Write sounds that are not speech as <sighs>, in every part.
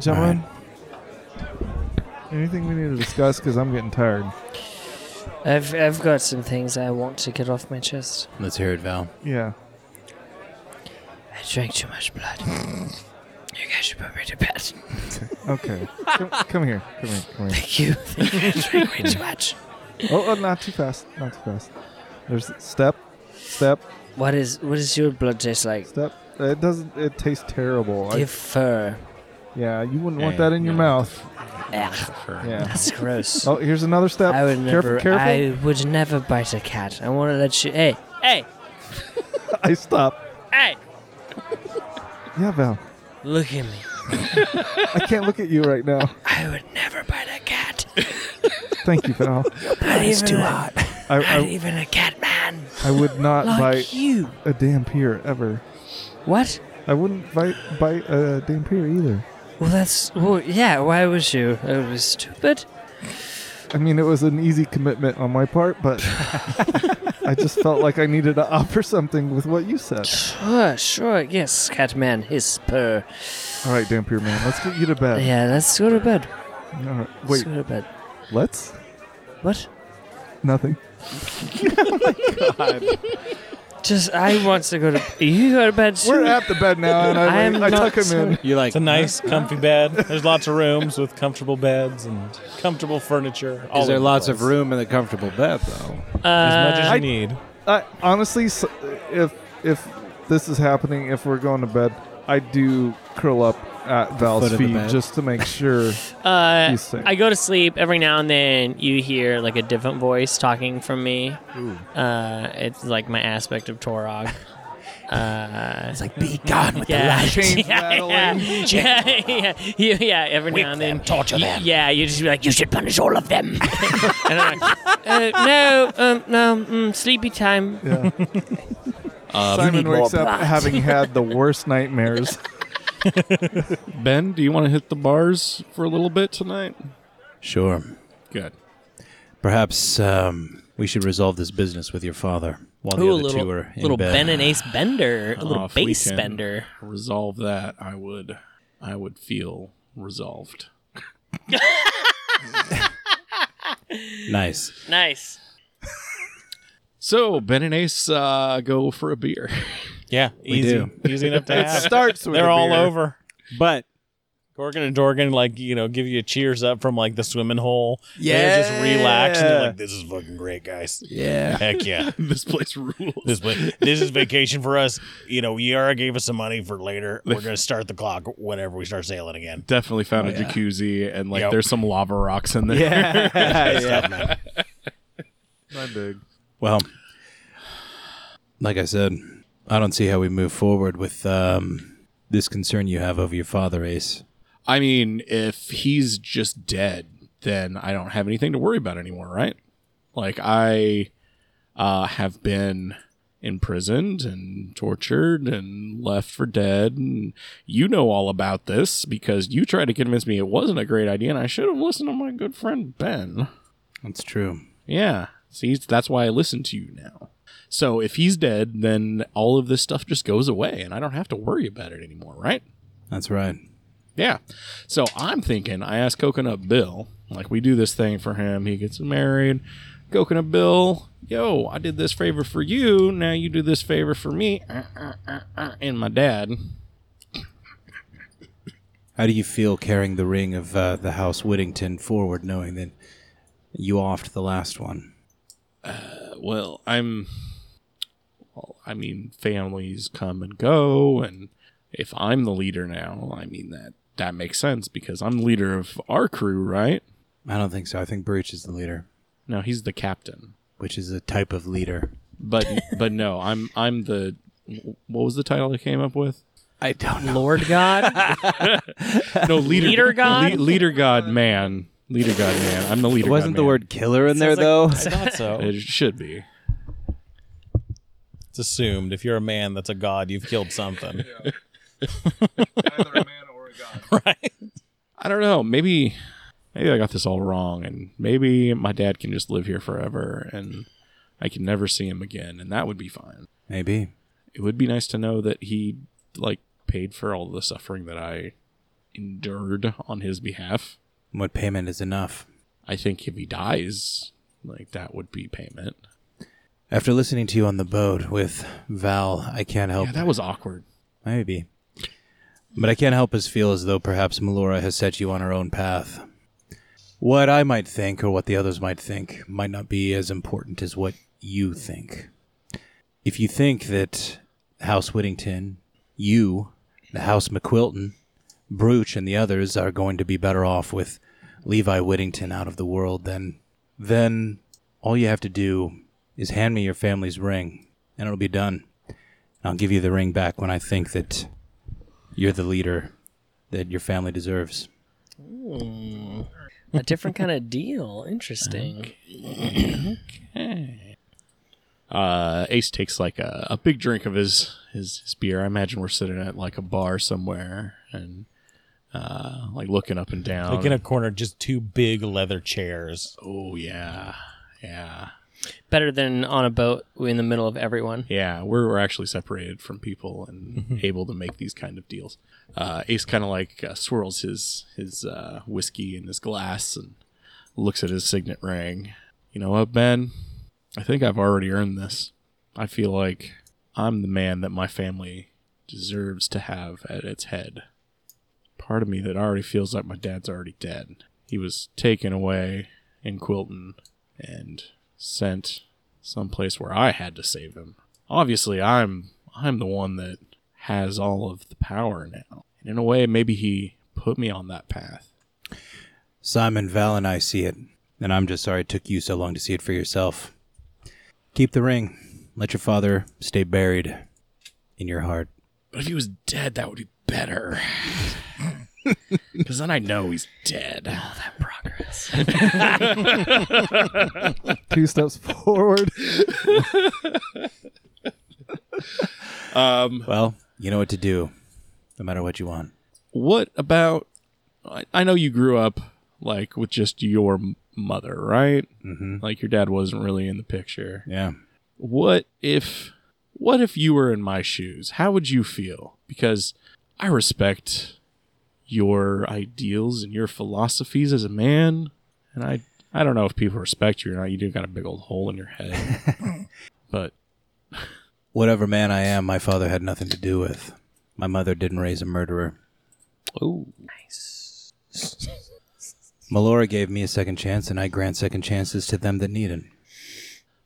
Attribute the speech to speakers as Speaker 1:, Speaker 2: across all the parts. Speaker 1: Gentlemen, anything we need to discuss? Because I'm getting tired.
Speaker 2: I've I've got some things I want to get off my chest.
Speaker 3: Let's hear it, Val.
Speaker 1: Yeah.
Speaker 2: I drank too much blood. you guys should put me to bed. <laughs>
Speaker 1: Okay. <laughs> come, come here. Come here. Come here.
Speaker 2: Thank you. Thank you. I drank way too much.
Speaker 1: Oh, oh, not too fast. Not too fast. There's step, step,
Speaker 2: What is what does your blood taste like?
Speaker 1: step. It doesn't. It tastes terrible. I-
Speaker 2: Your fur.
Speaker 1: yeah, you wouldn't want
Speaker 3: Hey,
Speaker 1: that in your
Speaker 3: no.
Speaker 1: mouth.
Speaker 2: Ugh,
Speaker 1: Yeah. <laughs>
Speaker 2: that's gross.
Speaker 1: Oh, here's another step.
Speaker 2: I would
Speaker 1: careful,
Speaker 2: never.
Speaker 1: careful.
Speaker 2: I would never bite a cat. I want to let you. Hey, hey,
Speaker 1: I stop.
Speaker 2: hey!
Speaker 1: Yeah, Val.
Speaker 2: Look at me.
Speaker 1: I can't look at you right now.
Speaker 2: I would never bite a <laughs> cat.
Speaker 1: Thank you, Val.
Speaker 2: Not even too
Speaker 1: <laughs>
Speaker 2: hot.
Speaker 1: I,
Speaker 2: Not
Speaker 1: I,
Speaker 2: even a cat man
Speaker 1: I would not
Speaker 2: like
Speaker 1: bite
Speaker 2: you.
Speaker 1: a damn peer ever.
Speaker 2: What?
Speaker 1: I wouldn't bite bite a damn peer either.
Speaker 2: Well, that's. Well, yeah. Why was you? It was stupid.
Speaker 1: I mean, it was an easy commitment on my part,
Speaker 3: <laughs>
Speaker 1: but I just felt like I needed to offer something with what you said.
Speaker 2: Sure, Oh, sure. Yes, Catman, his purr.
Speaker 1: All right, damn peer man, let's get you to bed.
Speaker 2: Yeah, let's go to bed.
Speaker 1: All right,
Speaker 2: Let's
Speaker 1: wait,
Speaker 2: go to bed.
Speaker 1: let's
Speaker 2: What?
Speaker 1: nothing.
Speaker 2: Just I want to go to. You go to bed. too.
Speaker 1: We're at the bed now, and
Speaker 2: I
Speaker 1: I,
Speaker 2: am
Speaker 1: I
Speaker 2: not
Speaker 1: tuck him in.
Speaker 3: You like
Speaker 4: It's a nice, comfy bed. There's lots of rooms with comfortable beds and comfortable furniture. all
Speaker 3: Is there
Speaker 4: over the
Speaker 3: lots
Speaker 4: place.
Speaker 3: of room in the comfortable bed, though?
Speaker 4: As much as
Speaker 2: Uh,
Speaker 4: you
Speaker 1: I-
Speaker 4: need.
Speaker 1: I, honestly, s- if if this is happening, if we're going to bed, I do curl up at Val's
Speaker 3: foot of the
Speaker 1: feet
Speaker 3: bed.
Speaker 1: just to make
Speaker 3: <laughs>
Speaker 1: sure
Speaker 5: Uh,
Speaker 1: he's safe.
Speaker 5: I go to sleep every now and then. You hear like a different voice talking from me. Uh, it's like my aspect of Torog. Uh,
Speaker 3: <laughs> It's like, be gone
Speaker 5: <laughs>
Speaker 3: with
Speaker 5: yeah,
Speaker 1: Chains
Speaker 5: yeah, yeah,
Speaker 1: rattling.
Speaker 5: <laughs> yeah, yeah, You- yeah. Every now and then, torture them. Yeah, you just be like, you should punish all of
Speaker 3: <laughs>
Speaker 5: them. <laughs> and I'm like, uh, no, um, no, mm, sleepy time.
Speaker 1: Yeah.
Speaker 3: Uh,
Speaker 1: Simon wakes up having had
Speaker 3: <laughs>
Speaker 1: the worst nightmares.
Speaker 6: Ben, do you want to hit the bars for a little bit tonight?
Speaker 3: Sure.
Speaker 6: Good.
Speaker 3: Perhaps um, we should resolve this business with your father while the
Speaker 5: Ooh, a
Speaker 3: other
Speaker 5: little,
Speaker 3: two are in
Speaker 5: little
Speaker 3: bed. Oh,
Speaker 5: Ben and Ace Bender, a little
Speaker 6: if we
Speaker 5: bass
Speaker 6: can
Speaker 5: Bender.
Speaker 6: Resolve that. I would. I would feel resolved.
Speaker 3: Nice.
Speaker 5: Nice.
Speaker 6: So Ben and Ace uh, go for a beer.
Speaker 4: Yeah, easy,
Speaker 3: do.
Speaker 4: easy enough to have.
Speaker 1: Starts with
Speaker 4: They're
Speaker 1: a
Speaker 4: all
Speaker 1: beer.
Speaker 4: over.
Speaker 3: But
Speaker 4: Gorgon and Dorgan, like you know, give you a cheers up from like the swimming hole. they're just relaxed and they're like, "This is fucking great, guys.
Speaker 3: yeah,
Speaker 4: Heck yeah,
Speaker 6: <laughs> this place rules.
Speaker 4: this wa- this is vacation for us. You know, Yara gave us some money for later. We're gonna start the clock whenever we start sailing again."
Speaker 6: Definitely found a jacuzzi and like
Speaker 4: Yep.
Speaker 6: there's some lava rocks in there. <laughs>
Speaker 3: yeah,
Speaker 1: My big.
Speaker 3: Well, like I said, I don't see how we move forward with um, this concern you have over your father, Ace.
Speaker 6: I mean, if he's just dead, then I don't have anything to worry about anymore, right? Like I uh, have been imprisoned and tortured and left for dead, and you know all about this because you tried to convince me it wasn't a great idea, and I should have listened to my good friend Ben.
Speaker 3: That's true.
Speaker 6: Yeah, see, that's why I listen to you now. So if he's dead, then all of this stuff just goes away, and I don't have to worry about it anymore, right?
Speaker 3: That's right.
Speaker 6: Yeah. So I'm thinking, I asked Coconut Bill, like, we do this thing for him. He gets married. Coconut Bill, yo, I did this favor for you. Now you do this favor for me. Uh, uh, uh, uh, and my dad.
Speaker 3: How do you feel carrying the ring of uh, the House Whittington forward, knowing that you offed the last one?
Speaker 6: Well, I'm. Well, I mean, families come and go. And if I'm the leader now, I mean, that, that makes sense because I'm the leader of our crew, right?
Speaker 3: I don't think so. I think Breach is the leader,
Speaker 6: No, he's the captain.
Speaker 3: which is a type of leader. <laughs>
Speaker 6: But but no, I'm I'm the what was the title I came up with?
Speaker 3: I don't know.
Speaker 5: Lord
Speaker 3: <laughs>
Speaker 5: God?
Speaker 6: No, leader,
Speaker 5: Leader god?
Speaker 6: le- leader god man, leader god man. I'm the leader.
Speaker 3: It wasn't
Speaker 6: god
Speaker 3: the
Speaker 6: man.
Speaker 3: word killer in there
Speaker 4: Sounds like-
Speaker 3: though.
Speaker 4: <laughs> I thought so.
Speaker 6: It should be.
Speaker 4: It's assumed if you're a man that's a god, you've killed something.
Speaker 1: Either a man or a god.
Speaker 4: right?
Speaker 6: I don't know. Maybe, maybe I got this all wrong, and maybe my dad can just live here forever, and I can never see him again, and that would be fine.
Speaker 3: Maybe.
Speaker 6: It would be nice to know that he like paid for all the suffering that I endured on his behalf.
Speaker 3: What payment is enough?
Speaker 6: I think if he dies, like that would be payment.
Speaker 3: After listening to you on the boat with Val, I can't help.
Speaker 6: Yeah, that was awkward.
Speaker 3: Maybe. But I can't help but feel as though perhaps Melora has set you on her own path. What I might think, or what the others might think, might not be as important as what you think. If you think that House Whittington, you, the House McQuilton, Brooch, and the others are going to be better off with Levi Whittington out of the world, then, then all you have to do is hand me your family's ring, and it'll be done. I'll give you the ring back when I think that you're the leader that your family deserves.
Speaker 2: A different kind of deal.
Speaker 3: Uh-huh.
Speaker 2: Interesting.
Speaker 6: uh, Ace takes like a, a big drink of his, his his beer. I imagine we're sitting at like a bar somewhere and uh, like looking up and down.
Speaker 4: Like in a corner, just two big leather chairs.
Speaker 6: oh yeah, yeah,
Speaker 5: Better than on a boat in the middle of everyone.
Speaker 6: yeah. We're we're actually separated from people and able to make these kind of deals. Uh, Ace kind of like uh, swirls his his uh, whiskey in his glass and looks at his signet ring. You know what, Ben? I think I've already earned this. I feel like I'm the man that my family deserves to have at its head. Part of me that already feels like my dad's already dead. He was taken away in Quilton and sent someplace where I had to save him. Obviously, I'm I'm the one that has all of the power now. And in a way, maybe he put me on that path.
Speaker 3: Simon, Val, and I see it, and I'm just sorry it took you so long to see it for yourself. Keep the ring. Let your father stay buried in your heart.
Speaker 6: But if he was dead, that would be better. <laughs> Because then I know he's dead.
Speaker 1: Two steps forward.
Speaker 6: Um,
Speaker 3: Well, you know what to do, no matter what you want.
Speaker 6: what about? I, I know you grew up like with just your m- mother, right?
Speaker 3: Mm-hmm.
Speaker 6: Like your dad wasn't really in the picture.
Speaker 3: Yeah.
Speaker 6: What if? What if you were in my shoes? How would you feel? Because I respect your ideals and your philosophies as a man, and I I don't know if people respect you or not. You do got a big old hole in your head, but
Speaker 3: Whatever man I am, my father had nothing to do with. My mother didn't raise a murderer.
Speaker 6: oh.
Speaker 3: Melora gave me a second chance, and I grant second chances to them that need it.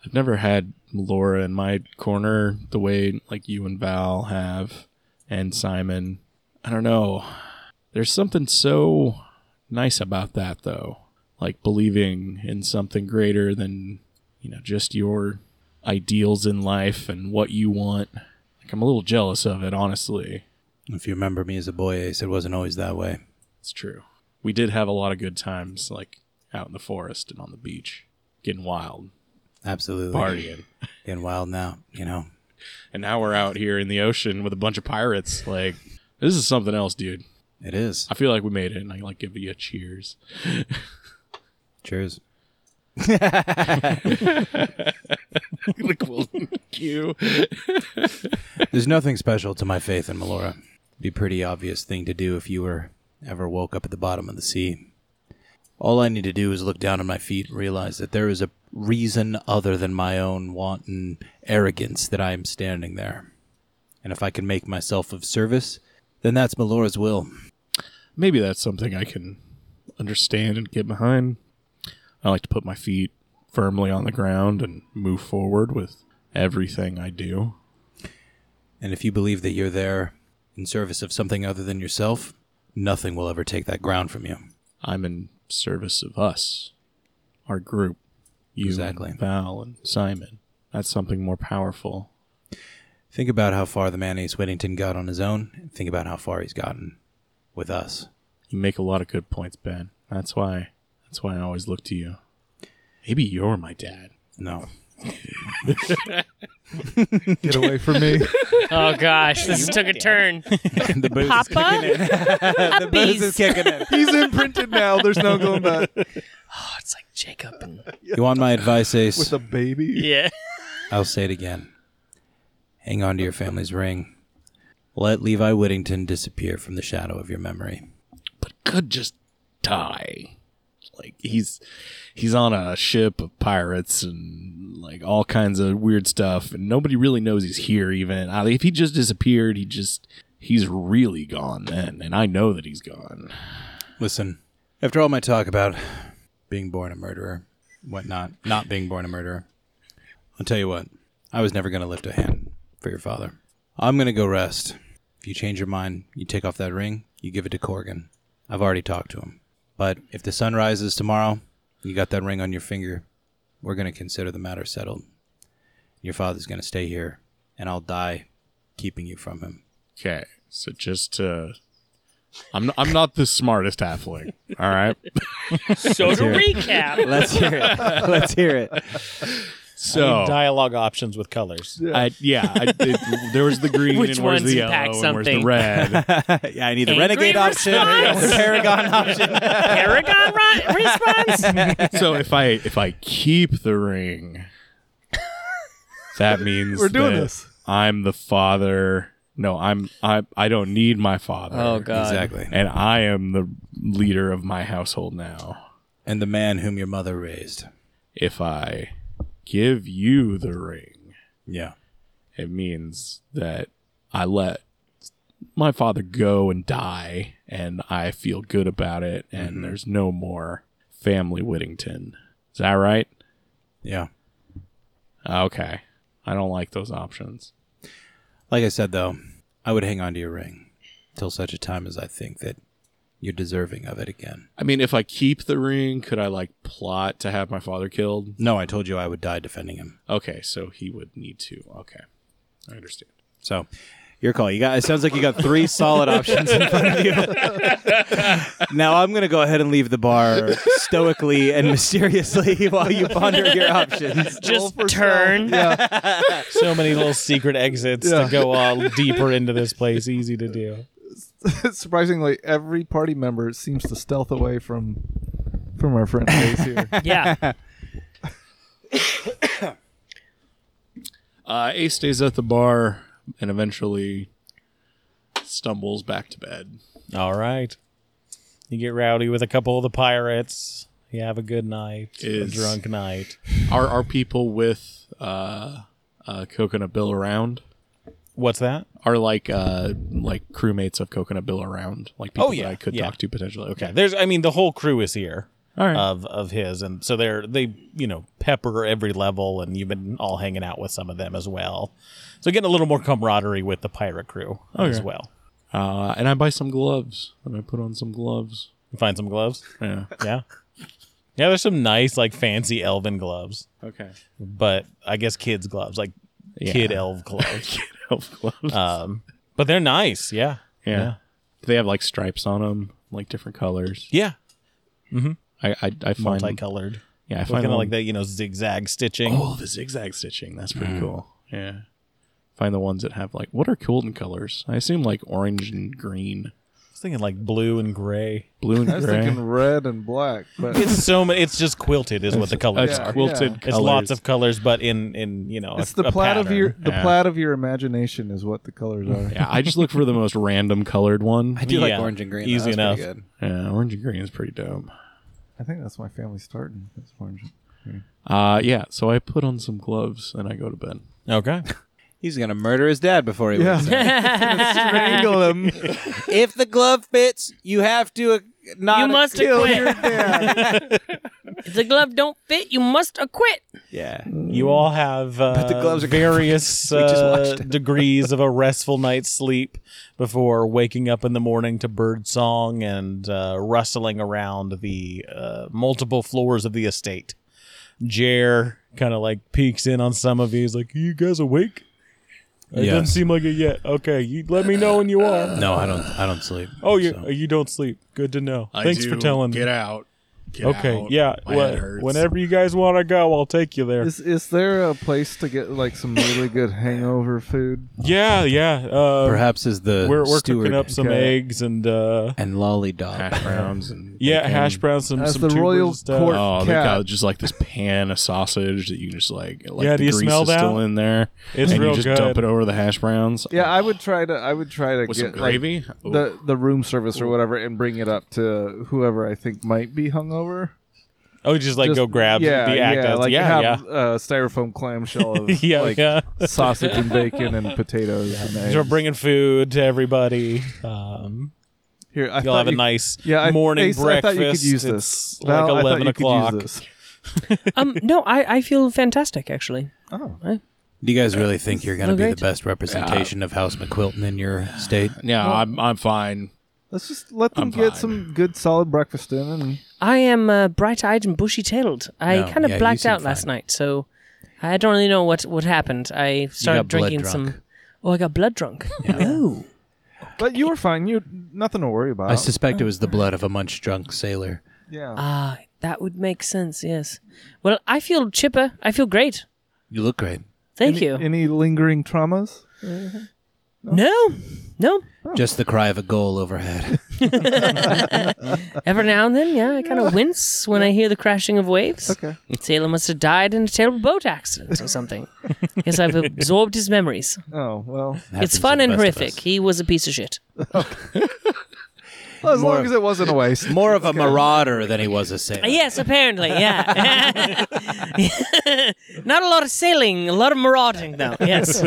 Speaker 6: I've never had Laura in my corner the way like you and Val have and Simon. I don't know. There's something so nice about that though. Like believing in something greater than, you know, just your ideals in life and what you want. Like I'm a little jealous of it, honestly.
Speaker 3: If you remember me as a boy, Ace, it wasn't always that way.
Speaker 6: It's true. We did have a lot of good times like out in the forest and on the beach, getting wild,
Speaker 3: Absolutely.
Speaker 6: partying.
Speaker 3: Getting wild now, you know.
Speaker 6: and now we're out here in the ocean with a bunch of pirates. Like, this is something else, dude.
Speaker 3: It is.
Speaker 6: I feel like we made it, and I like give you a cheers. <laughs>
Speaker 3: Cheers.
Speaker 6: like, well, you.
Speaker 3: There's nothing special to my faith in Melora. be pretty obvious thing to do if you were ever woke up at the bottom of the sea. All I need to do is look down at my feet and realize that there is a reason other than my own wanton arrogance that I am standing there. And if I can make myself of service, then that's Melora's will.
Speaker 6: Maybe that's something I can understand and get behind. I like to put my feet firmly on the ground and move forward with everything I do.
Speaker 3: And if you believe that you're there in service of something other than yourself, nothing will ever take that ground from you.
Speaker 6: I'm in service of us, our group, you,
Speaker 3: Exactly.
Speaker 6: and Val, and Simon. That's something more powerful.
Speaker 3: Think about how far the man Ace Whittington got on his own. And think about how far he's gotten with us.
Speaker 6: You make a lot of good points, Ben. That's why. That's why I always look to you. Maybe you're my dad.
Speaker 3: No.
Speaker 1: Get away from me.
Speaker 5: Oh gosh,
Speaker 3: <laughs>
Speaker 5: this took a turn.
Speaker 3: <laughs> the booze is-
Speaker 5: Papa,
Speaker 3: <laughs> the booze is kicking in.
Speaker 1: He's imprinted now. There's no going <laughs> back.
Speaker 5: Oh, it's like Jacob and
Speaker 3: <laughs> You want my advice, Ace?
Speaker 1: With a baby.
Speaker 5: yeah.
Speaker 3: I'll say it again. Hang on to your family's ring. Let Levi Whittington disappear from the shadow of your memory.
Speaker 6: But could just die. Like he's he's on a ship of pirates and like all kinds of weird stuff, and nobody really knows he's here. Even I, if he just disappeared, he just he's really gone then, and I know that he's gone.
Speaker 3: Listen, after all my talk about being born a murderer, whatnot, not being born a murderer, I'll tell you what, I was never going to lift a hand for your father. I'm going to go rest. If you change your mind, you take off that ring, you give it to Corgan. I've already talked to him. But if the sun rises tomorrow, you got that ring on your finger, we're going to consider the matter settled. Your father's going to stay here, and I'll die keeping you from him.
Speaker 6: Okay, so just uh, I'm I'm not the smartest halfling. All <laughs> right,
Speaker 5: So to recap,
Speaker 3: Let's hear it. Let's hear it.
Speaker 6: so
Speaker 4: Dialogue options with colors.
Speaker 6: I, yeah, I, it, there was the
Speaker 5: <laughs>
Speaker 6: green
Speaker 5: Which
Speaker 6: and where's
Speaker 5: ones
Speaker 6: the yellow
Speaker 5: impact
Speaker 6: and where's the
Speaker 5: something?
Speaker 6: red.
Speaker 3: <laughs> yeah, I need the
Speaker 5: Angry
Speaker 3: renegade option,
Speaker 5: response?
Speaker 3: the paragon option.
Speaker 5: <laughs> Paragon ri- response.
Speaker 3: <laughs>
Speaker 6: so if I if I keep the ring, that means
Speaker 1: We're doing
Speaker 6: that
Speaker 1: this.
Speaker 6: I'm the father. No, I'm I I don't need my father.
Speaker 5: Oh god.
Speaker 3: Exactly.
Speaker 6: And I am the leader of my household now.
Speaker 3: And the man whom your mother raised.
Speaker 6: If I give you the ring,
Speaker 3: Yeah.
Speaker 6: it means that I let my father go and die, and I feel good about it, and there's no more family Whittington. Is that right? Uh,
Speaker 3: Yeah.
Speaker 6: Okay. I don't like those options.
Speaker 3: Like I said, though, I would hang on to your ring till such a time as I think that you're deserving of it again.
Speaker 6: I mean, if I keep the ring, could I like plot to have my father killed?
Speaker 3: No, I told you I would die defending him.
Speaker 6: Okay, so he would need to. Okay. I understand.
Speaker 3: So, your call. You got. It sounds like you got
Speaker 4: <laughs>
Speaker 3: three solid options in front of you. now I'm going to go ahead and leave the bar stoically
Speaker 4: <laughs>
Speaker 3: and mysteriously <laughs> while you ponder your options.
Speaker 5: Just turn.
Speaker 4: So many little secret exits
Speaker 1: Yeah.
Speaker 4: to go all deeper into this place. Easy to do.
Speaker 1: <laughs> Surprisingly, every party member seems to stealth away from from our friend Ace here.
Speaker 3: <laughs>
Speaker 5: Yeah.
Speaker 6: Uh, Ace stays at the bar and eventually stumbles back to bed.
Speaker 4: All right. You get rowdy with a couple of the pirates. You have a good night,
Speaker 6: Is-
Speaker 4: a drunk night.
Speaker 6: Are are people with uh, uh, Coconut Bill around?
Speaker 4: What's that?
Speaker 6: Are like uh, like crewmates of Coconut Bill around? Like people
Speaker 4: Oh, yeah,
Speaker 6: that I could
Speaker 4: yeah. Uh,
Speaker 6: talk to potentially. Okay.
Speaker 4: There's, I mean, the whole crew is here
Speaker 6: All right.
Speaker 4: of of his, and so they're they you know pepper every level, and you've been all hanging out with some of them as well. So getting a little more camaraderie with the pirate crew as
Speaker 6: Okay.
Speaker 4: well.
Speaker 6: Uh, and I buy some gloves and I put on some gloves.
Speaker 4: You find some gloves.
Speaker 6: Yeah.
Speaker 4: Yeah. Yeah, there's some nice, like fancy elven gloves,
Speaker 6: Okay. <laughs>
Speaker 4: but I guess kids' gloves, like kid
Speaker 6: <laughs>
Speaker 4: elf gloves.
Speaker 6: Elf gloves.
Speaker 4: um, but they're nice. Yeah.
Speaker 6: Yeah. They have like stripes on them, like different colors.
Speaker 4: Yeah.
Speaker 6: I I, I find
Speaker 4: Multicolored.
Speaker 6: yeah, I
Speaker 4: Kind
Speaker 6: find
Speaker 4: of
Speaker 6: one-
Speaker 4: like that, you know, zigzag stitching.
Speaker 6: Oh, the zigzag stitching. That's
Speaker 4: Mm.
Speaker 6: pretty cool. Yeah. Find the ones that have like what are golden colors? I assume like orange and green,
Speaker 4: I was thinking like blue and gray.
Speaker 6: blue and
Speaker 1: I was
Speaker 6: gray.
Speaker 1: thinking red and black, but
Speaker 4: It's so many. It's just quilted, is what the colors
Speaker 6: It's
Speaker 1: yeah.
Speaker 4: are.
Speaker 6: quilted
Speaker 1: It's
Speaker 4: It's lots of colors, but in in you know,
Speaker 1: it's
Speaker 4: a,
Speaker 1: the
Speaker 4: a
Speaker 1: plat of
Speaker 4: pattern.
Speaker 1: your the
Speaker 6: Yeah.
Speaker 1: plat of your imagination is what the colors are.
Speaker 6: <laughs> Yeah, I just look for the most random colored one.
Speaker 3: I do like
Speaker 4: Yeah.
Speaker 3: orange and green. though.
Speaker 4: Easy
Speaker 3: That's pretty
Speaker 4: enough.
Speaker 3: good.
Speaker 6: Yeah, orange and green is pretty dope.
Speaker 1: I think that's my family starting. That's orange.
Speaker 6: Uh, yeah. So I put on some gloves and I go to bed.
Speaker 4: Okay.
Speaker 3: He's gonna murder his dad before he wakes up.
Speaker 1: strangle him.
Speaker 3: if the glove fits, you have to uh, not.
Speaker 5: You must
Speaker 3: kill your-
Speaker 5: acquit. <laughs> if the glove don't fit, you must acquit.
Speaker 3: Yeah.
Speaker 4: You all have uh,
Speaker 3: the gloves are- <laughs>
Speaker 4: various
Speaker 3: We just
Speaker 4: uh,
Speaker 3: watched. <laughs>
Speaker 4: degrees of a restful night's sleep before waking up in the morning to bird song and uh, rustling around the uh, multiple floors of the estate. Jer kind of like peeks in on some of you. He's like, "You guys awake?" It
Speaker 3: Yeah.
Speaker 4: doesn't seem like it yet. Okay, you let me know when you are.
Speaker 3: No, I don't. I don't sleep.
Speaker 4: Oh, you
Speaker 3: so.
Speaker 4: you don't sleep. Good to know.
Speaker 6: I
Speaker 4: Thanks
Speaker 6: do.
Speaker 4: for telling me.
Speaker 6: Get out. Get
Speaker 4: Okay,
Speaker 6: out.
Speaker 4: yeah.
Speaker 6: My
Speaker 4: wha-
Speaker 6: head hurts.
Speaker 4: whenever you guys want to go, I'll take you
Speaker 1: <laughs>
Speaker 4: there.
Speaker 1: Is is there a place to get like some really good hangover food?
Speaker 4: yeah, yeah. Uh,
Speaker 3: perhaps is the
Speaker 4: we're we're
Speaker 3: steward
Speaker 4: cooking up some
Speaker 1: Okay.
Speaker 4: eggs and uh,
Speaker 3: and lollydog.
Speaker 6: hash browns and
Speaker 4: yeah,
Speaker 6: bacon.
Speaker 4: hash browns, some
Speaker 1: That's
Speaker 4: some
Speaker 1: the
Speaker 4: tubers uh,
Speaker 1: royal
Speaker 4: and stuff.
Speaker 1: court.
Speaker 6: Oh, they
Speaker 1: Cat.
Speaker 6: got just like this pan of sausage that you just like, like
Speaker 4: Yeah,
Speaker 6: the
Speaker 4: do you
Speaker 6: grease
Speaker 4: smell
Speaker 6: is
Speaker 4: that?
Speaker 6: still in there.
Speaker 4: It's
Speaker 6: and
Speaker 4: real
Speaker 6: you just
Speaker 4: good.
Speaker 6: dump it over the hash browns. Oh,
Speaker 1: Yeah, I would try to. I would try to
Speaker 6: with
Speaker 1: get
Speaker 6: some gravy.
Speaker 1: like, the the room service or whatever, and bring it up to whoever I think might be hungover.
Speaker 4: Oh, just like
Speaker 1: Just-
Speaker 4: go grab
Speaker 1: yeah,
Speaker 4: the act
Speaker 1: yeah,
Speaker 4: as-
Speaker 1: like
Speaker 4: yeah,
Speaker 1: have
Speaker 4: yeah.
Speaker 1: Uh, styrofoam clamshell of
Speaker 4: <laughs> Yeah,
Speaker 1: like
Speaker 4: yeah.
Speaker 1: sausage and bacon and
Speaker 4: <laughs>
Speaker 1: potatoes and eggs.
Speaker 4: So we're bringing food to everybody. Um,
Speaker 1: Here, I
Speaker 4: you'll
Speaker 1: thought
Speaker 4: have a
Speaker 1: you-
Speaker 4: nice
Speaker 1: yeah, I,
Speaker 4: morning
Speaker 1: Ace, I
Speaker 4: breakfast.
Speaker 1: thought you could use
Speaker 4: It's
Speaker 1: this.
Speaker 4: like
Speaker 1: Val, I thought
Speaker 4: eleven
Speaker 1: you could use
Speaker 4: o'clock.
Speaker 1: this.
Speaker 2: Um, no, I, I feel fantastic actually.
Speaker 3: <laughs> Do you guys really think you're going to be
Speaker 2: Okay.
Speaker 3: the best representation of House McQuilton
Speaker 2: <sighs>
Speaker 3: in your state?
Speaker 6: Yeah, I'm I'm fine.
Speaker 1: Let's just let them
Speaker 6: I'm
Speaker 1: get
Speaker 6: fine.
Speaker 1: some good solid breakfast in, and
Speaker 2: I am uh, bright-eyed and bushy-tailed. I
Speaker 3: No,
Speaker 2: kind of
Speaker 3: yeah, you
Speaker 2: blacked
Speaker 3: seem
Speaker 2: out last
Speaker 3: fine.
Speaker 2: night, so I don't really know what what happened. I started
Speaker 3: got blood
Speaker 2: drinking
Speaker 3: drunk.
Speaker 2: some. Oh, I got blood
Speaker 3: <laughs>
Speaker 2: drunk. Oh,
Speaker 1: but you were fine. You nothing to worry about.
Speaker 3: I suspect it was the blood of a munch drunk sailor.
Speaker 1: yeah.
Speaker 2: ah, that would make sense. Yes. Well, I feel chipper. I feel great.
Speaker 3: You look great.
Speaker 2: Thank
Speaker 1: any,
Speaker 2: you.
Speaker 1: Any lingering traumas?
Speaker 2: no, no.
Speaker 3: Just the cry of a goal overhead. <laughs>
Speaker 2: Every now and then, yeah, I kind of wince when I hear the crashing of waves.
Speaker 1: Okay.
Speaker 2: Sailor must have died in a terrible boat accident or
Speaker 3: <laughs>
Speaker 2: something. Guess I've absorbed his memories.
Speaker 1: Oh well.
Speaker 2: it's fun and horrific. He was a piece of shit.
Speaker 1: as long as it wasn't a waste.
Speaker 3: More of a marauder than he was a sailor.
Speaker 2: Uh, Yes, apparently, yeah. <laughs> Not a lot of sailing, a lot of marauding, though. Yes.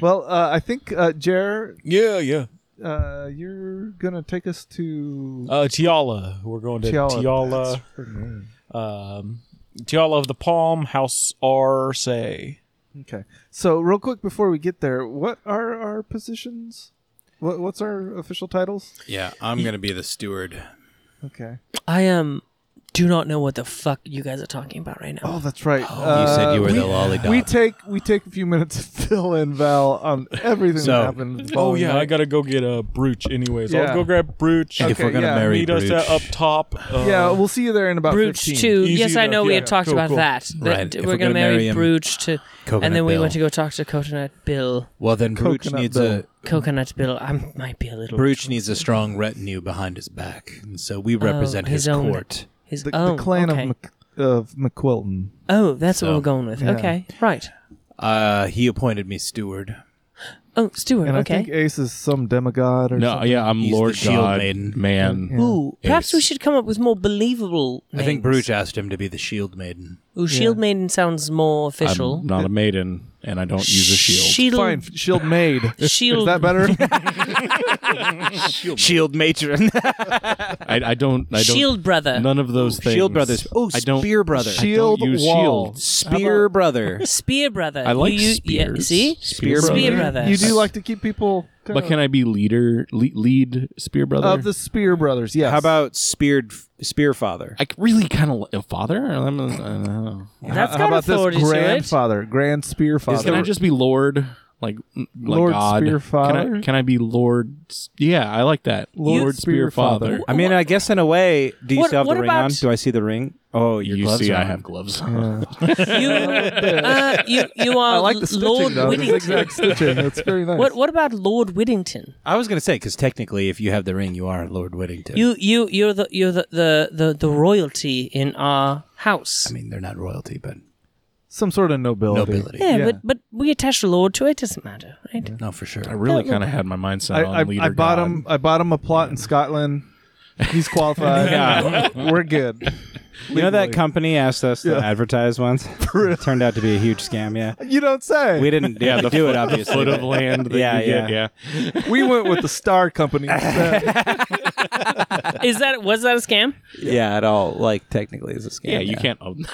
Speaker 1: Well, uh, I think uh, Jer,
Speaker 4: Yeah, yeah.
Speaker 1: uh, you're gonna take us to
Speaker 4: Uh, Tiala. We're going to
Speaker 1: Tiala.
Speaker 4: Tiala.
Speaker 1: That's
Speaker 4: Uh, Tiala,
Speaker 1: her name.
Speaker 4: um, Tiala of the Palm, House R. Say.
Speaker 1: Okay. So real quick before we get there, what are our positions? What, what's our official titles?
Speaker 3: Yeah, I'm going to be the steward.
Speaker 1: Okay.
Speaker 2: I um do not know what the fuck you guys are talking about right now.
Speaker 1: Oh, that's right. Uh,
Speaker 3: you said you were
Speaker 1: we,
Speaker 3: the lollydog.
Speaker 1: We take we take a few minutes to fill in Val on everything
Speaker 3: So-
Speaker 1: that happened. the
Speaker 4: <laughs> Oh
Speaker 1: following
Speaker 4: yeah,
Speaker 1: night.
Speaker 4: I gotta go get a brooch anyways.
Speaker 1: Yeah.
Speaker 4: I'll go grab brooch.
Speaker 3: if we're
Speaker 1: Okay,
Speaker 3: going to
Speaker 1: yeah.
Speaker 3: marry
Speaker 4: Meet us at
Speaker 3: Brooch- Um,
Speaker 4: up top. Uh,
Speaker 1: yeah, we'll see you there in about
Speaker 2: Brooch
Speaker 1: 15.
Speaker 2: too.
Speaker 4: Easy
Speaker 2: yes, I know
Speaker 4: enough,
Speaker 2: we
Speaker 4: yeah.
Speaker 2: had talked
Speaker 4: Cool,
Speaker 2: about
Speaker 4: cool.
Speaker 2: that. that
Speaker 3: Right, if
Speaker 2: We're,
Speaker 3: we're
Speaker 2: gonna,
Speaker 3: gonna
Speaker 2: marry,
Speaker 3: marry him-
Speaker 2: Brooch to,
Speaker 3: Coconut
Speaker 2: and then we
Speaker 3: Bill.
Speaker 2: went to go talk to Coconut Bill.
Speaker 3: Well, then Brooch
Speaker 1: Coconut
Speaker 3: needs
Speaker 1: Bill.
Speaker 3: a
Speaker 2: Coconut Bill, I might be a little
Speaker 3: Brooch needs a strong retinue behind his back, and so we represent
Speaker 2: Oh, his
Speaker 3: his,
Speaker 2: own-
Speaker 3: court.
Speaker 2: his
Speaker 1: The,
Speaker 2: oh,
Speaker 1: the clan
Speaker 2: okay.
Speaker 1: of, Mc, of McQuilton.
Speaker 2: Oh, that's what
Speaker 3: So-
Speaker 2: we're going with.
Speaker 1: Yeah.
Speaker 2: Okay, right.
Speaker 3: Uh, he appointed me steward.
Speaker 2: Oh, Stuart.
Speaker 1: And I
Speaker 2: okay.
Speaker 1: think Ace is some demigod or
Speaker 6: No,
Speaker 1: something.
Speaker 6: yeah, I'm
Speaker 3: He's the
Speaker 6: Lord
Speaker 3: shield
Speaker 6: God,
Speaker 3: maiden.
Speaker 6: man.
Speaker 2: Ooh, perhaps we
Speaker 6: Ace.
Speaker 2: should come up with more believable. Names.
Speaker 3: I think Brooch asked him to be the shield maiden.
Speaker 2: Ooh, Shield Maiden sounds more official.
Speaker 6: I'm not a maiden, and I don't use a shield.
Speaker 2: Shield.
Speaker 1: Fine, shield maid. Is
Speaker 2: <laughs> Shield.
Speaker 1: that better?
Speaker 3: Shield matron.
Speaker 6: I, I don't. I don't.
Speaker 2: Shield brother.
Speaker 6: None of those things.
Speaker 3: Shield brothers. Oh,
Speaker 6: I don't.
Speaker 3: spear brother.
Speaker 6: I
Speaker 1: Shield
Speaker 6: don't use
Speaker 1: wall.
Speaker 6: shield.
Speaker 3: Spear brother.
Speaker 2: Spear brother.
Speaker 6: I like
Speaker 2: you, you- yeah,
Speaker 6: spears.
Speaker 2: see? <laughs>
Speaker 6: Spear
Speaker 2: Spear
Speaker 6: brother.
Speaker 2: brother.
Speaker 1: you do like to keep people. kinda-
Speaker 6: But can I be leader? Lead, lead spear brother.
Speaker 1: of the Spear Brothers? Yes.
Speaker 3: <laughs> How about speared spear father?
Speaker 6: I really kind of father. I'm, I don't know.
Speaker 2: That's
Speaker 1: how
Speaker 2: got
Speaker 1: about
Speaker 2: authority
Speaker 1: this
Speaker 2: to it.
Speaker 1: grandfather, grand Spear Father?
Speaker 6: Can I just be Lord? Like, like
Speaker 1: Lord
Speaker 6: God.
Speaker 1: Spear
Speaker 6: Can
Speaker 1: Father?
Speaker 6: I, can I be Lord? S- Yeah, I like that. Lord Spear,
Speaker 1: Spear
Speaker 6: Father.
Speaker 1: Father.
Speaker 3: I mean, I guess in a way, do you
Speaker 2: What-
Speaker 3: still have
Speaker 2: what
Speaker 3: the ring
Speaker 2: about-
Speaker 3: on? Do I see the ring? Oh, your
Speaker 6: You
Speaker 3: gloves
Speaker 6: see,
Speaker 3: are
Speaker 6: I
Speaker 3: on.
Speaker 6: have gloves.
Speaker 2: You, uh, you, you are
Speaker 1: <laughs> I like the stitching
Speaker 2: Lord
Speaker 1: though. the
Speaker 2: Whittington.
Speaker 1: zigzag stitching. <laughs> It's very nice.
Speaker 2: What, what about Lord Whittington?
Speaker 3: I was gonna say because technically, if you have the ring, you are Lord Whittington.
Speaker 2: You you you're the you're the, the, the, the royalty in our house.
Speaker 3: I mean, they're not royalty, but
Speaker 1: Some sort of nobility.
Speaker 3: nobility.
Speaker 2: yeah,
Speaker 1: yeah.
Speaker 2: but but we attach the lord to it. Doesn't matter, right?
Speaker 3: No, for sure.
Speaker 6: <laughs> I really kind of had my mindset
Speaker 1: I,
Speaker 6: on
Speaker 1: I,
Speaker 6: leader.
Speaker 1: I bought
Speaker 6: God.
Speaker 1: him. I bought him a plot in Scotland. He's
Speaker 2: <laughs>
Speaker 1: qualified. yeah, we're good.
Speaker 7: You know that company asked us to advertise once. Turned out to be a huge scam. Yeah,
Speaker 1: You don't say.
Speaker 7: we didn't. Yeah, the do it obviously.
Speaker 6: foot of
Speaker 7: but-
Speaker 6: land. That
Speaker 7: Yeah,
Speaker 6: you get,
Speaker 7: yeah.
Speaker 6: yeah.
Speaker 1: we went with the Star Company.
Speaker 2: <laughs>
Speaker 1: instead.
Speaker 2: Is that was that a scam?
Speaker 7: yeah, at all. Like technically, it's a scam.
Speaker 6: Yeah, you can't own.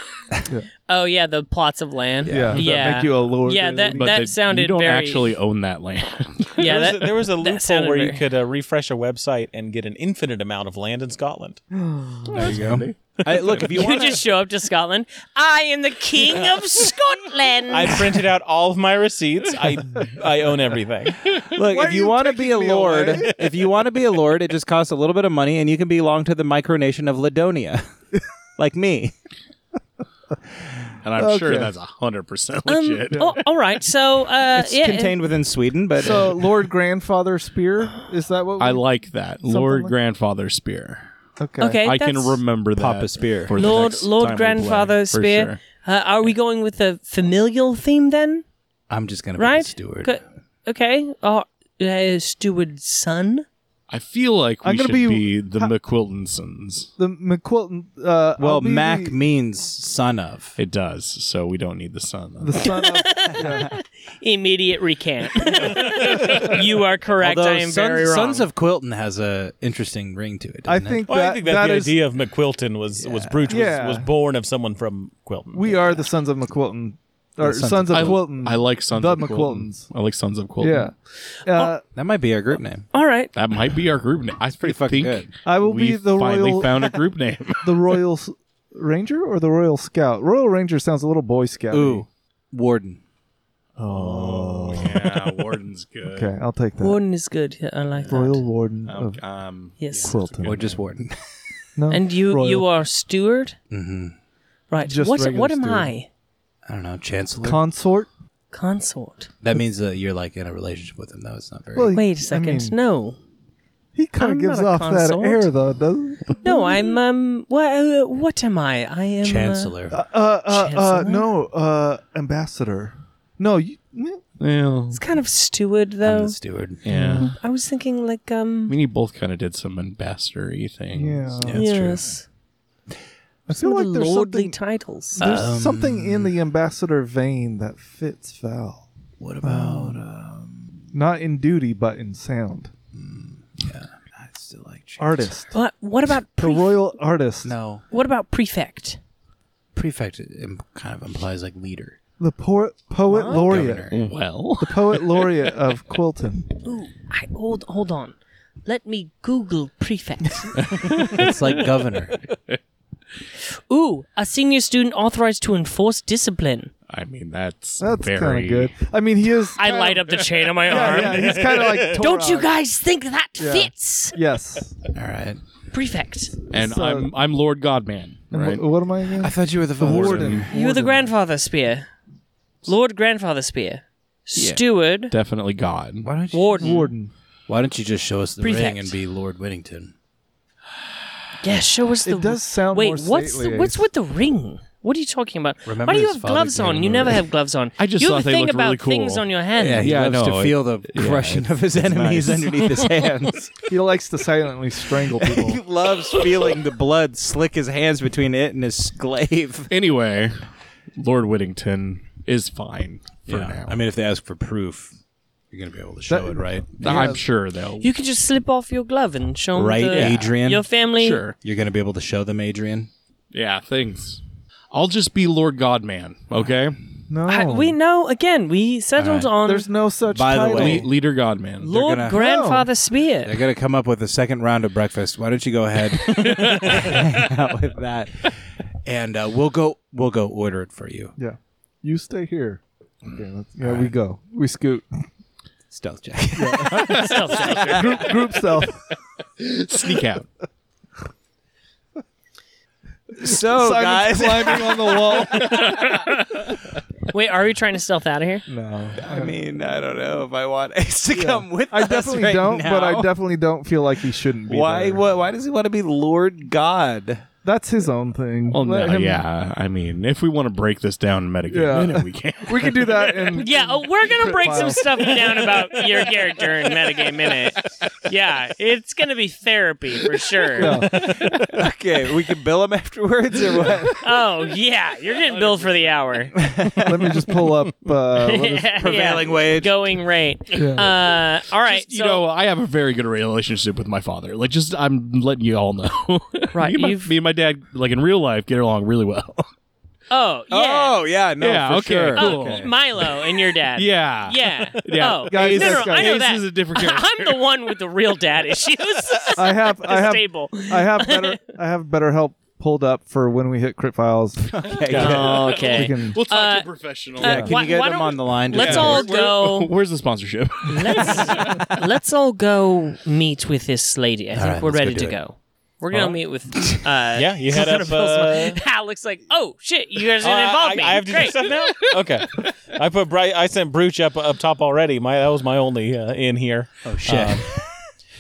Speaker 2: Oh yeah, the plots of land.
Speaker 1: Yeah, that
Speaker 2: yeah.
Speaker 1: make you a lower.
Speaker 2: Yeah,
Speaker 1: grade
Speaker 2: that-
Speaker 1: lady?
Speaker 6: But
Speaker 2: that
Speaker 6: the-
Speaker 2: sounded
Speaker 6: you don't
Speaker 2: very-
Speaker 6: actually own that land.
Speaker 2: <laughs>
Speaker 6: <laughs>
Speaker 2: yeah.
Speaker 4: there, was
Speaker 2: That,
Speaker 4: a, there was a loophole
Speaker 2: sounded
Speaker 4: where you
Speaker 2: very-
Speaker 4: could uh, refresh a website and get an infinite amount of land
Speaker 1: <laughs>
Speaker 4: in Scotland.
Speaker 3: There you go. I, look, if you
Speaker 2: you
Speaker 3: want
Speaker 2: just show up to Scotland. I am the king
Speaker 6: <laughs>
Speaker 2: of Scotland.
Speaker 4: I printed out all of my receipts. I I own everything.
Speaker 3: <laughs>
Speaker 1: <laughs>
Speaker 3: Look, if you,
Speaker 1: you
Speaker 3: want to be a
Speaker 1: taking me
Speaker 3: lord,
Speaker 1: away?
Speaker 3: <laughs> if you want to be a lord, it just costs a little bit of money, and you can belong to the micronation of Ladonia, <laughs> like me.
Speaker 6: And I'm sure
Speaker 1: Okay.
Speaker 6: that's 100%
Speaker 2: Um,
Speaker 6: legit.
Speaker 2: oh, all right. So uh,
Speaker 3: It's
Speaker 2: yeah,
Speaker 3: contained within Sweden, but uh,
Speaker 1: so Lord Grandfather Spear is that what? We,
Speaker 6: I like that. Lord
Speaker 1: like-
Speaker 6: Grandfather Spear.
Speaker 1: Okay.
Speaker 2: okay.
Speaker 6: I can
Speaker 2: that's-
Speaker 6: remember that.
Speaker 3: Papa Spear.
Speaker 6: for the
Speaker 2: Lord
Speaker 6: next time
Speaker 2: Lord
Speaker 6: we
Speaker 2: Grandfather
Speaker 6: play, for
Speaker 2: Spear.
Speaker 6: sure.
Speaker 2: Uh, are we going with a familial theme then?
Speaker 3: I'm just gonna be
Speaker 2: Right?
Speaker 3: the steward.
Speaker 2: Good. Okay. Uh, uh, steward's son.
Speaker 6: I feel like we
Speaker 1: I'm gonna
Speaker 6: should
Speaker 1: be-
Speaker 6: be, the McQuiltonsons.
Speaker 1: The McQuilton. Uh,
Speaker 3: Well,
Speaker 1: I'll be
Speaker 3: Mac
Speaker 1: the-
Speaker 3: means son of.
Speaker 6: It does, so we don't need the sun.
Speaker 1: the son of. yeah.
Speaker 2: Immediate recant. <laughs> you are correct.
Speaker 3: Although
Speaker 2: I am
Speaker 3: Sons-
Speaker 2: very wrong.
Speaker 3: Sons of Quilton has a interesting ring to it.
Speaker 1: I
Speaker 3: doesn't it?
Speaker 1: think
Speaker 4: Well,
Speaker 1: that,
Speaker 4: I think that, the
Speaker 1: is-
Speaker 4: idea of McQuilton was was Bruce was,
Speaker 1: Yeah.
Speaker 4: was born of someone from Quilton.
Speaker 1: We are the sons of McQuilton. Or
Speaker 3: sons of
Speaker 1: sons, of
Speaker 6: I,
Speaker 1: Quilton.
Speaker 6: I like Sons
Speaker 1: The
Speaker 6: of Quilton.
Speaker 1: McQuiltons.
Speaker 6: I like Sons of Quilton.
Speaker 1: Yeah.
Speaker 2: Oh.
Speaker 1: Uh,
Speaker 3: that might be our group name.
Speaker 2: All right.
Speaker 6: <laughs> That might be our group name. I
Speaker 3: pretty fucking
Speaker 6: think
Speaker 3: good.
Speaker 1: I will
Speaker 6: we
Speaker 1: be the
Speaker 6: finally
Speaker 1: royal, <laughs>
Speaker 6: found a group name.
Speaker 1: the royal S- ranger or the royal scout. Royal ranger sounds a little boy scout.
Speaker 3: Ooh, warden.
Speaker 6: <laughs> Oh, yeah. Warden's
Speaker 1: <laughs>
Speaker 6: good.
Speaker 1: Okay, I'll take that.
Speaker 2: Warden is good. Yeah, I like that.
Speaker 1: Royal warden of
Speaker 6: Um, um,
Speaker 2: Yes.
Speaker 1: Quilton.
Speaker 3: Or just warden. <laughs>
Speaker 1: No,
Speaker 2: And you
Speaker 1: royal.
Speaker 2: you are steward?
Speaker 3: hmm
Speaker 6: Mm-hmm.
Speaker 2: Right.
Speaker 1: Just
Speaker 2: what
Speaker 1: regular
Speaker 2: what am
Speaker 1: steward.
Speaker 2: I?
Speaker 3: I don't know, chancellor.
Speaker 1: consort.
Speaker 2: Consort.
Speaker 3: that means that you're like in a relationship with him, though. It's not very.
Speaker 1: Well,
Speaker 2: Wait a
Speaker 1: I
Speaker 2: second.
Speaker 1: mean,
Speaker 2: no.
Speaker 1: He kind
Speaker 2: I'm
Speaker 1: of gives
Speaker 2: not a
Speaker 1: off
Speaker 2: consort.
Speaker 1: that air though, doesn't?
Speaker 2: <laughs>
Speaker 1: he?
Speaker 2: No, I'm um what what am I? I am uh,
Speaker 3: chancellor.
Speaker 1: Uh, uh, uh,
Speaker 2: Chancellor?
Speaker 1: no, uh, ambassador. No, you, mm,
Speaker 6: well,
Speaker 2: it's kind of steward
Speaker 3: I'm
Speaker 2: though.
Speaker 3: the steward.
Speaker 6: yeah.
Speaker 2: I was thinking like
Speaker 6: I
Speaker 2: um
Speaker 6: mean, you both kind of did some ambassadory things.
Speaker 1: yeah.
Speaker 3: that's true.
Speaker 2: yes.
Speaker 1: I feel like
Speaker 2: Some of the
Speaker 1: there's
Speaker 2: lordly
Speaker 1: something, Uh,
Speaker 2: titles.
Speaker 1: there's something in the ambassador vein that fits Val.
Speaker 3: What about?
Speaker 1: Not in duty, but in sound.
Speaker 3: I still like chancellor.
Speaker 1: Artist.
Speaker 2: what
Speaker 1: <laughs>
Speaker 2: what about
Speaker 1: The
Speaker 2: pre-
Speaker 1: royal artist.
Speaker 3: No,
Speaker 2: what about prefect?
Speaker 3: prefect im- kind of implies like leader.
Speaker 1: The poet, poet laureate.
Speaker 3: Governor.
Speaker 6: Well, <laughs>
Speaker 1: The poet laureate
Speaker 3: <laughs>
Speaker 1: of Quilton.
Speaker 2: Ooh, I hold hold on. Let me Google
Speaker 1: <laughs>
Speaker 2: prefect.
Speaker 3: It's like governor. <laughs>
Speaker 2: Ooh, a senior student authorized to enforce discipline.
Speaker 6: I mean, that's,
Speaker 1: That's kind
Speaker 6: very
Speaker 1: of good. I mean, he
Speaker 2: <laughs>
Speaker 1: is.
Speaker 2: I
Speaker 1: kinda-
Speaker 2: light up the chain on my
Speaker 1: <laughs> Yeah,
Speaker 2: arm.
Speaker 1: yeah, he's kind of like.
Speaker 2: Don't you
Speaker 1: Torog.
Speaker 2: guys think that
Speaker 1: Yeah.
Speaker 2: fits?
Speaker 1: Yes.
Speaker 3: All right.
Speaker 2: Prefect.
Speaker 6: And
Speaker 1: So-
Speaker 6: I'm I'm Lord Godman,
Speaker 1: And wh-
Speaker 6: right?
Speaker 1: What am I again?
Speaker 3: I thought you were the, warden.
Speaker 1: warden.
Speaker 2: You're the grandfather spear. Lord grandfather spear. Steward.
Speaker 6: Definitely God.
Speaker 3: Why don't you?
Speaker 2: Warden.
Speaker 1: Warden.
Speaker 3: Why don't you just show us the ring
Speaker 2: Prefect.
Speaker 3: and be Lord Whittington?
Speaker 2: Yeah, show us the.
Speaker 1: It does sound
Speaker 2: Wait,
Speaker 1: more
Speaker 2: what's the,
Speaker 1: stately.
Speaker 2: what's with the ring? What are you talking about?
Speaker 3: Remember
Speaker 2: Why do you
Speaker 3: his
Speaker 2: have
Speaker 3: father
Speaker 2: gloves
Speaker 3: gave
Speaker 2: on?
Speaker 3: him
Speaker 2: You
Speaker 3: a
Speaker 2: never
Speaker 3: ring.
Speaker 2: have gloves on.
Speaker 6: I just
Speaker 2: you
Speaker 6: thought
Speaker 2: have a
Speaker 6: they
Speaker 2: thing
Speaker 6: looked
Speaker 2: about
Speaker 6: really cool.
Speaker 2: things on your hand.
Speaker 3: Yeah, he
Speaker 6: Yeah,
Speaker 3: loves
Speaker 6: no,
Speaker 3: to
Speaker 6: it-
Speaker 3: feel the
Speaker 6: yeah,
Speaker 3: crushing of his enemies <laughs> underneath his hands.
Speaker 1: He likes to silently strangle people.
Speaker 2: <laughs>
Speaker 3: he loves feeling the blood slick his hands between it and his <laughs> glaive.
Speaker 6: Anyway, Lord Whittington is fine for now.
Speaker 3: I mean, if they ask for proof, you're gonna be able to show
Speaker 1: That-
Speaker 3: it, right?
Speaker 6: I'm sure they'll.
Speaker 2: You could just slip off your glove and show 'em
Speaker 3: Right,
Speaker 2: the-
Speaker 3: Adrian?
Speaker 2: Your family.
Speaker 6: Sure.
Speaker 3: You're gonna be able to show them, Adrian.
Speaker 6: Yeah, things. I'll just be Lord Godman, okay?
Speaker 1: No.
Speaker 2: I- we know again. We settled
Speaker 3: All
Speaker 2: on
Speaker 1: Oh. There's no such
Speaker 3: By the
Speaker 1: title.
Speaker 3: way-
Speaker 6: Le- Leader Godman.
Speaker 2: Lord
Speaker 3: gonna-
Speaker 2: Grandfather Spear.
Speaker 3: They're gonna come up with a second round of breakfast. Why don't you go
Speaker 1: <laughs>
Speaker 3: ahead hang out with that, and uh, we'll go we'll go order it for you.
Speaker 1: Yeah. You stay here. Okay, let's, yeah, we go. We scoot.
Speaker 3: Stealth check.
Speaker 1: <laughs>
Speaker 2: Stealth check.
Speaker 1: group,
Speaker 3: <laughs>
Speaker 1: group self.
Speaker 6: Sneak out.
Speaker 3: so
Speaker 1: Simon's climbing on the
Speaker 3: <laughs>
Speaker 1: wall.
Speaker 2: Wait, are we trying to stealth out of here?
Speaker 1: No.
Speaker 3: I mean, I don't know if I want <laughs> Ace to come with
Speaker 1: I
Speaker 3: us
Speaker 1: definitely
Speaker 3: right
Speaker 1: don't, but I
Speaker 3: now.
Speaker 1: definitely don't feel like he shouldn't be.
Speaker 3: Why?
Speaker 1: there.
Speaker 3: Why, why does he want to be Lord God?
Speaker 1: That's his own thing.
Speaker 3: Oh,
Speaker 6: Well,
Speaker 1: Let
Speaker 6: no,
Speaker 1: him-
Speaker 6: Uh, yeah. I mean, if we want to break this down in metagame,
Speaker 1: Yeah.
Speaker 6: then we can.
Speaker 1: We can do
Speaker 3: <laughs>
Speaker 1: that. And
Speaker 2: Yeah, oh, we're gonna
Speaker 1: Crit
Speaker 2: break some
Speaker 1: file.
Speaker 2: stuff down about your character in metagame minute. Yeah, it's gonna be therapy for sure.
Speaker 3: Okay, we can bill him <laughs> afterwards or
Speaker 1: <laughs>
Speaker 3: what?
Speaker 2: Oh yeah, you're getting billed for the hour.
Speaker 1: let me just pull up.
Speaker 3: <laughs>
Speaker 1: Uh, what is-
Speaker 2: <laughs>
Speaker 3: Prevailing
Speaker 2: Yeah,
Speaker 3: wage.
Speaker 2: going rate.
Speaker 1: yeah.
Speaker 2: Uh, all right,
Speaker 6: you
Speaker 2: so
Speaker 6: know, I have a very good relationship with my father. Like, just I'm letting you all know. <laughs>
Speaker 2: Right,
Speaker 6: me, and my,
Speaker 2: you've-
Speaker 6: me and my dad, like in real life, get along really well. <laughs>
Speaker 5: Oh, yeah.
Speaker 3: Oh yeah, no,
Speaker 6: Yeah,
Speaker 3: for
Speaker 6: okay,
Speaker 3: sure.
Speaker 5: Oh,
Speaker 6: okay.
Speaker 5: Milo and your dad.
Speaker 6: <laughs> Yeah.
Speaker 5: Yeah.
Speaker 6: Yeah.
Speaker 5: Oh,
Speaker 1: Guys,
Speaker 5: no, no,
Speaker 1: guys,
Speaker 5: no, I know
Speaker 6: Ace
Speaker 5: that.
Speaker 6: is a
Speaker 2: <laughs>
Speaker 6: different character.
Speaker 5: I'm the one with the real dad issues.
Speaker 1: I have I have
Speaker 5: stable.
Speaker 1: I have better I have better help pulled up for when we hit crit files.
Speaker 2: Oh,
Speaker 1: We
Speaker 5: Okay.
Speaker 1: can,
Speaker 6: We'll talk
Speaker 5: Uh,
Speaker 6: to a professional.
Speaker 5: uh,
Speaker 3: Yeah, can
Speaker 5: why-
Speaker 3: you get
Speaker 5: why
Speaker 3: them
Speaker 5: don't-
Speaker 3: on the line?
Speaker 5: let's all go.
Speaker 6: Where's the sponsorship?
Speaker 5: let's let's all go meet with this lady. I think
Speaker 3: right,
Speaker 5: we're
Speaker 3: let's go
Speaker 5: ready
Speaker 3: do
Speaker 5: to
Speaker 3: it.
Speaker 5: go. We're gonna meet
Speaker 4: <laughs>
Speaker 5: with. Uh,
Speaker 4: Yeah,
Speaker 1: <laughs>
Speaker 4: you head up. Uh,
Speaker 5: <laughs> Alex like, oh shit, you guys
Speaker 4: oh,
Speaker 5: didn't involve
Speaker 4: I,
Speaker 5: me.
Speaker 4: I have to do
Speaker 5: Great.
Speaker 4: stuff now.
Speaker 5: <laughs>
Speaker 4: Okay, I put Bri- I sent Brooch up up top already. My that was my only uh, in here. Um,
Speaker 3: Oh shit.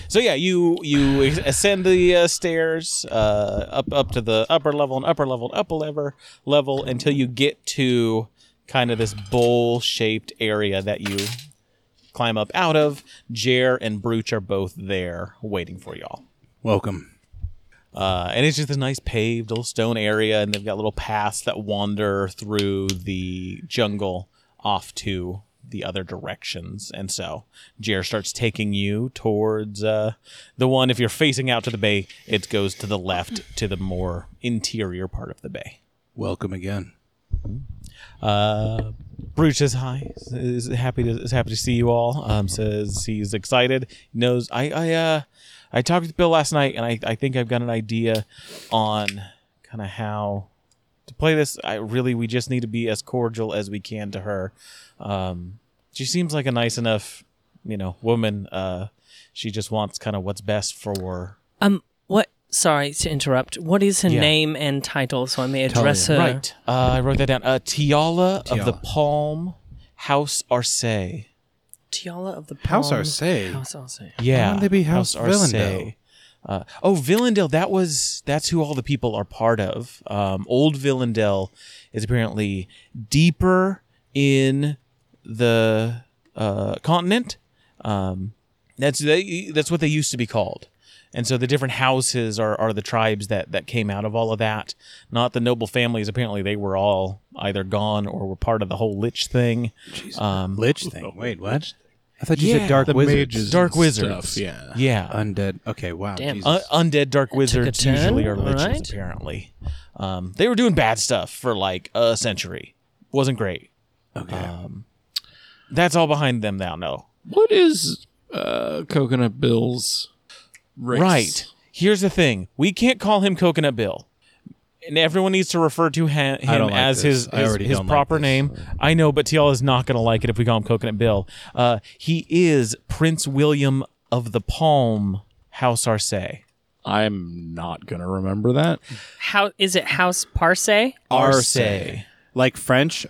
Speaker 4: So yeah, you you ascend the uh, stairs uh, up up to the upper level and upper level and upper level level until you get to kind of this bowl shaped area that you climb up out of. Jer and Brooch are both there waiting for y'all.
Speaker 3: Welcome.
Speaker 4: Uh, and it's just this nice paved little stone area, and they've got little paths that wander through the jungle off to the other directions. And so Jer starts taking you towards uh, the one. If you're facing out to the bay, it goes to the left to the more interior part of the bay.
Speaker 3: Welcome again.
Speaker 4: Uh, Bruce says hi. Is happy to is happy to see you all. Um, says he's excited. knows I I uh I talked with Bill last night, and I I think I've got an idea on kind of how to play this. I really we just need to be as cordial as we can to her. Um, she seems like a nice enough you know woman. Uh, she just wants kind of what's best for
Speaker 5: Um, what? Sorry to interrupt. What is her
Speaker 4: Yeah.
Speaker 5: name and title so I may address her?
Speaker 4: Right. Uh, I wrote that down. Uh, Tiala, of the Palm House Arce.
Speaker 5: Tiala of the Palm.
Speaker 3: How's our say?
Speaker 1: Um,
Speaker 5: House Arce.
Speaker 4: Yeah.
Speaker 3: Why don't they be House
Speaker 4: Arce.
Speaker 3: Villendale?
Speaker 4: Uh, oh, Villendale. That was that's who all the people are part of. Um, old Villendale is apparently deeper in the uh, continent. Um, that's they, that's what they used to be called. And so the different houses are, are the tribes that, that came out of all of that, not the noble families. Apparently, they were all either gone or were part of the whole Lich thing. Um,
Speaker 3: Lich thing. Wait, what? I thought you
Speaker 4: Yeah.
Speaker 3: said dark
Speaker 6: The
Speaker 3: wizards.
Speaker 6: mages.
Speaker 4: dark
Speaker 6: and stuff,
Speaker 4: wizards.
Speaker 6: yeah.
Speaker 4: Yeah.
Speaker 3: Undead. Okay, wow.
Speaker 5: Damn.
Speaker 3: Jesus.
Speaker 4: Un- undead dark wizards
Speaker 5: turn,
Speaker 4: usually are
Speaker 5: all
Speaker 4: liches,
Speaker 5: right.
Speaker 4: apparently. Um, they were doing bad stuff for like a century. Wasn't great. Um,
Speaker 3: okay.
Speaker 4: That's all behind them now, no.
Speaker 6: What is uh, Coconut Bill's race?
Speaker 4: Right. Here's the thing we can't call him Coconut Bill. And everyone needs to refer to ha-
Speaker 3: I
Speaker 4: him
Speaker 3: don't like
Speaker 4: as
Speaker 3: this.
Speaker 4: his
Speaker 3: I
Speaker 4: his,
Speaker 3: already
Speaker 4: his
Speaker 3: don't like
Speaker 4: proper
Speaker 3: this.
Speaker 4: name. I know, but TL is not going to like it if we call him Coconut Bill. Uh, he is Prince William of the Palm House Arce.
Speaker 6: I'm not gonna remember that.
Speaker 5: How is it? House Parse?
Speaker 4: Arce.
Speaker 3: like French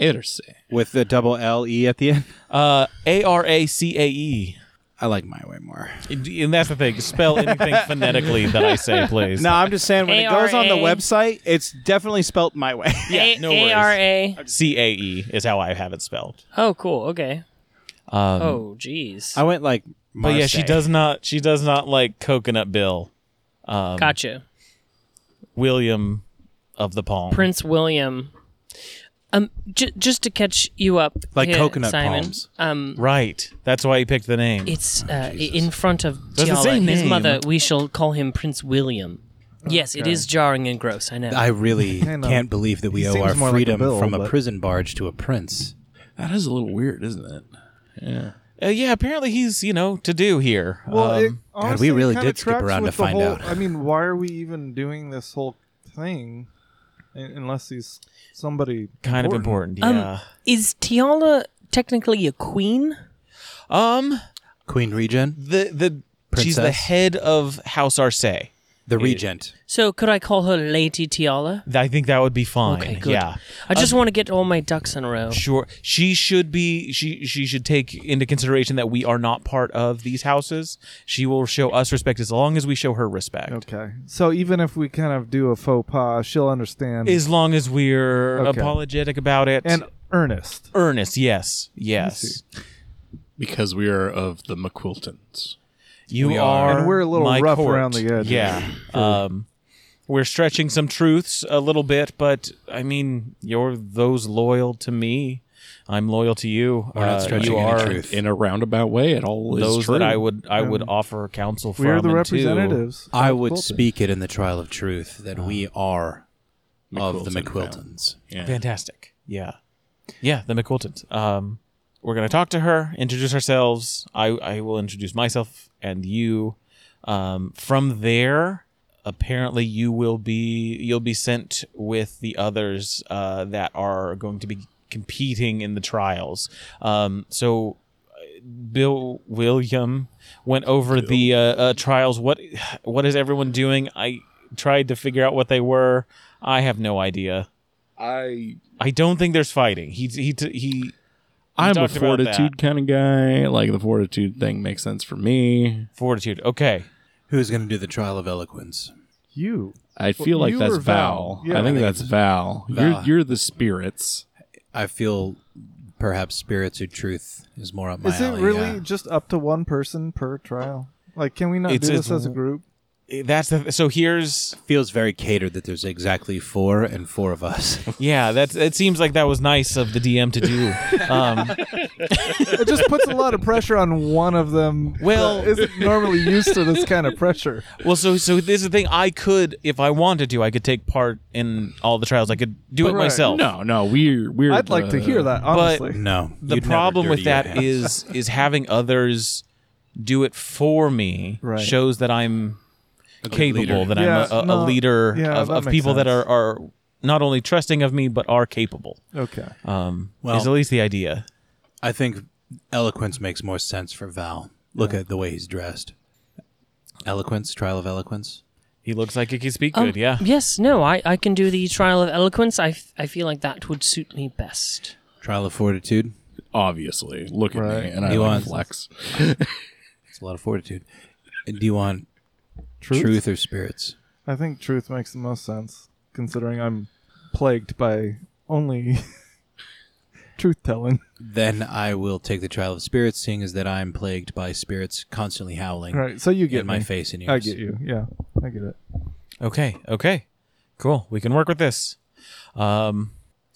Speaker 6: Irse.
Speaker 3: with the double L E at the end. <laughs>
Speaker 4: Uh, A R A C A E.
Speaker 3: I like my way more.
Speaker 4: And and that's the thing. Spell anything phonetically that I say,
Speaker 7: <laughs>
Speaker 4: please.
Speaker 7: No, I'm just saying when it goes on the
Speaker 5: ARA.
Speaker 7: website, it's definitely spelt my
Speaker 3: <laughs>
Speaker 7: way.
Speaker 4: yeah,
Speaker 5: A-
Speaker 4: no worries.
Speaker 5: A-R-A.
Speaker 4: C A E is how I have it spelled.
Speaker 5: Oh, cool. Okay.
Speaker 4: Um,
Speaker 5: Oh, jeez.
Speaker 3: I went like
Speaker 4: but yeah, she
Speaker 3: Marseille.
Speaker 4: does not. She does not like Coconut Bill
Speaker 5: gotcha.
Speaker 4: William of the Palm.
Speaker 5: Prince William. Um, j- just to catch you up,
Speaker 3: Like
Speaker 5: here,
Speaker 3: coconut
Speaker 5: Simon,
Speaker 3: palms.
Speaker 5: Um,
Speaker 4: Right. That's why he picked the name.
Speaker 5: it's uh, i- in front of
Speaker 4: That's the
Speaker 5: Tiala,
Speaker 4: same
Speaker 5: his
Speaker 4: name.
Speaker 5: mother. We shall call him Prince William. Yes, it is jarring and gross. I know.
Speaker 3: I
Speaker 7: <laughs>
Speaker 3: really
Speaker 1: know.
Speaker 3: can't believe that we
Speaker 1: He
Speaker 3: owe
Speaker 1: seems
Speaker 3: our
Speaker 1: more like a
Speaker 3: freedom
Speaker 1: Bill,
Speaker 3: from a
Speaker 1: but-
Speaker 3: prison barge to a prince.
Speaker 6: That is a little weird, isn't it?
Speaker 4: Uh, yeah. Apparently, he's you know to do here.
Speaker 1: well, it
Speaker 4: Um,
Speaker 1: honestly, it
Speaker 3: really
Speaker 1: kinda
Speaker 3: did skip
Speaker 1: tracks
Speaker 3: around
Speaker 1: with
Speaker 3: to
Speaker 1: the
Speaker 3: find
Speaker 1: whole-
Speaker 3: out.
Speaker 1: I mean, why are we even doing this whole thing un- unless he's somebody
Speaker 4: kind of important.
Speaker 5: Um,
Speaker 4: Yeah.
Speaker 5: Mm, is Tiala technically a queen?
Speaker 4: Um.
Speaker 3: Queen Regent?
Speaker 4: the the she's the
Speaker 3: Princess?
Speaker 4: head of House Arce.
Speaker 3: The Regent.
Speaker 5: So could I call her Lady Tiala?
Speaker 4: I think that would be fine.
Speaker 5: Okay, good.
Speaker 4: Yeah.
Speaker 5: I
Speaker 3: Um,
Speaker 5: just want to get all my ducks in a row.
Speaker 4: Sure. She should be she she should take into consideration that we are not part of these houses. She will show us respect as long as we show her respect.
Speaker 1: Okay. So even if we kind of do a faux pas, she'll understand
Speaker 4: As long as we're
Speaker 1: Okay.
Speaker 4: apologetic about it.
Speaker 1: and earnest.
Speaker 4: earnest, yes. Yes.
Speaker 6: Because we are of the McQuiltons.
Speaker 4: You
Speaker 3: We are.
Speaker 4: are
Speaker 1: And we're a little
Speaker 4: my
Speaker 1: rough
Speaker 4: court.
Speaker 1: around the edges.
Speaker 4: Yeah. um we're stretching some truths a little bit, but I mean, you're those loyal to me. I'm loyal to you.
Speaker 3: We're not
Speaker 4: Uh,
Speaker 3: stretching
Speaker 4: you
Speaker 3: any
Speaker 4: are
Speaker 3: truth.
Speaker 6: In a roundabout way, it all is
Speaker 4: those
Speaker 6: true.
Speaker 4: that I would I would offer counsel from.
Speaker 1: We're the
Speaker 4: and to-
Speaker 1: representatives.
Speaker 3: I
Speaker 1: of
Speaker 3: would
Speaker 1: Colton.
Speaker 7: Ah.
Speaker 3: speak it in the trial of truth that we are of the
Speaker 6: McQuilton family.
Speaker 3: McQuiltons.
Speaker 6: Yeah.
Speaker 4: Fantastic. Yeah. Yeah, the McQuiltons. Um, we're going to talk to her, introduce ourselves. I, I will introduce myself and you. Um, from there, apparently you will be you'll be sent with the others uh, that are going to be competing in the trials. Um, so uh, Bill William went over the uh, uh, trials. What what is everyone doing? I tried to figure out what they were. I have no idea.
Speaker 6: I
Speaker 4: I don't think there's fighting. He he he.
Speaker 6: I'm a
Speaker 4: talked about that.
Speaker 6: fortitude kind of guy. Like the fortitude thing makes sense for me.
Speaker 4: Fortitude. Okay.
Speaker 3: Who's going to do the trial of eloquence?
Speaker 1: You.
Speaker 6: I feel
Speaker 1: you
Speaker 6: like that's
Speaker 1: or
Speaker 6: Val.
Speaker 1: Val? Yeah,
Speaker 6: I think
Speaker 3: I think
Speaker 6: that's Val. You're
Speaker 3: Val.
Speaker 6: you're the spirits.
Speaker 3: I feel perhaps spirits or truth is more up my
Speaker 1: Is it
Speaker 3: alley,
Speaker 1: really
Speaker 3: yeah.
Speaker 1: just up to one person per trial? Like, can we not
Speaker 4: It's-
Speaker 1: do
Speaker 4: it's
Speaker 1: this as a group?
Speaker 4: That's the so here's
Speaker 3: feels very catered that there's exactly four and four of us.
Speaker 4: yeah that's it seems like that was nice of the DM
Speaker 1: <laughs>
Speaker 4: to do. Um,
Speaker 1: It just puts a lot of pressure on one of them.
Speaker 4: Well-
Speaker 1: that isn't normally used to this kind of pressure.
Speaker 4: well, so so this is the thing. I could if I wanted to, I could take part in all the trials. I could do it
Speaker 1: Right.
Speaker 4: myself.
Speaker 6: No, no, we're we're.
Speaker 1: I'd like to
Speaker 6: the-
Speaker 1: hear that, honestly.
Speaker 3: <laughs> no.
Speaker 4: the
Speaker 3: you'd never
Speaker 4: problem with
Speaker 3: dirty your
Speaker 4: that
Speaker 3: hands.
Speaker 4: is is having others do it for me
Speaker 1: Right.
Speaker 4: shows that I'm capable,
Speaker 3: leader.
Speaker 4: that
Speaker 1: Yeah,
Speaker 4: I'm a, a,
Speaker 1: no,
Speaker 4: a leader
Speaker 1: yeah,
Speaker 4: of,
Speaker 1: that
Speaker 4: of
Speaker 1: makes
Speaker 4: people that are,
Speaker 1: sense.
Speaker 4: are not only trusting of me but are capable.
Speaker 1: Okay.
Speaker 4: Um,
Speaker 3: Well-
Speaker 4: is at least the idea.
Speaker 3: I think eloquence makes more sense for Val. Look at the way he's dressed. Eloquence, trial of eloquence.
Speaker 4: He looks like he can speak
Speaker 2: Um,
Speaker 4: good. Yeah.
Speaker 2: Yes, no, I, I can do the trial of eloquence. I, f- I feel like that would suit me best.
Speaker 3: Trial of fortitude.
Speaker 6: Obviously, look at
Speaker 1: Right.
Speaker 6: me, and I
Speaker 3: He
Speaker 6: like
Speaker 3: wants-
Speaker 6: flex.
Speaker 3: It's a lot of fortitude. And do you want
Speaker 1: Truth?
Speaker 3: truth or spirits?
Speaker 1: I think truth makes the most sense, considering I'm plagued by only <laughs> truth telling.
Speaker 3: Then I will take the trial of spirits, seeing as that I am plagued by spirits constantly howling
Speaker 1: Right. So you get
Speaker 3: in my
Speaker 1: me.
Speaker 3: face and ears.
Speaker 1: I get you. Yeah. I get it.
Speaker 4: Okay. Okay. Cool. We can work with this. Um,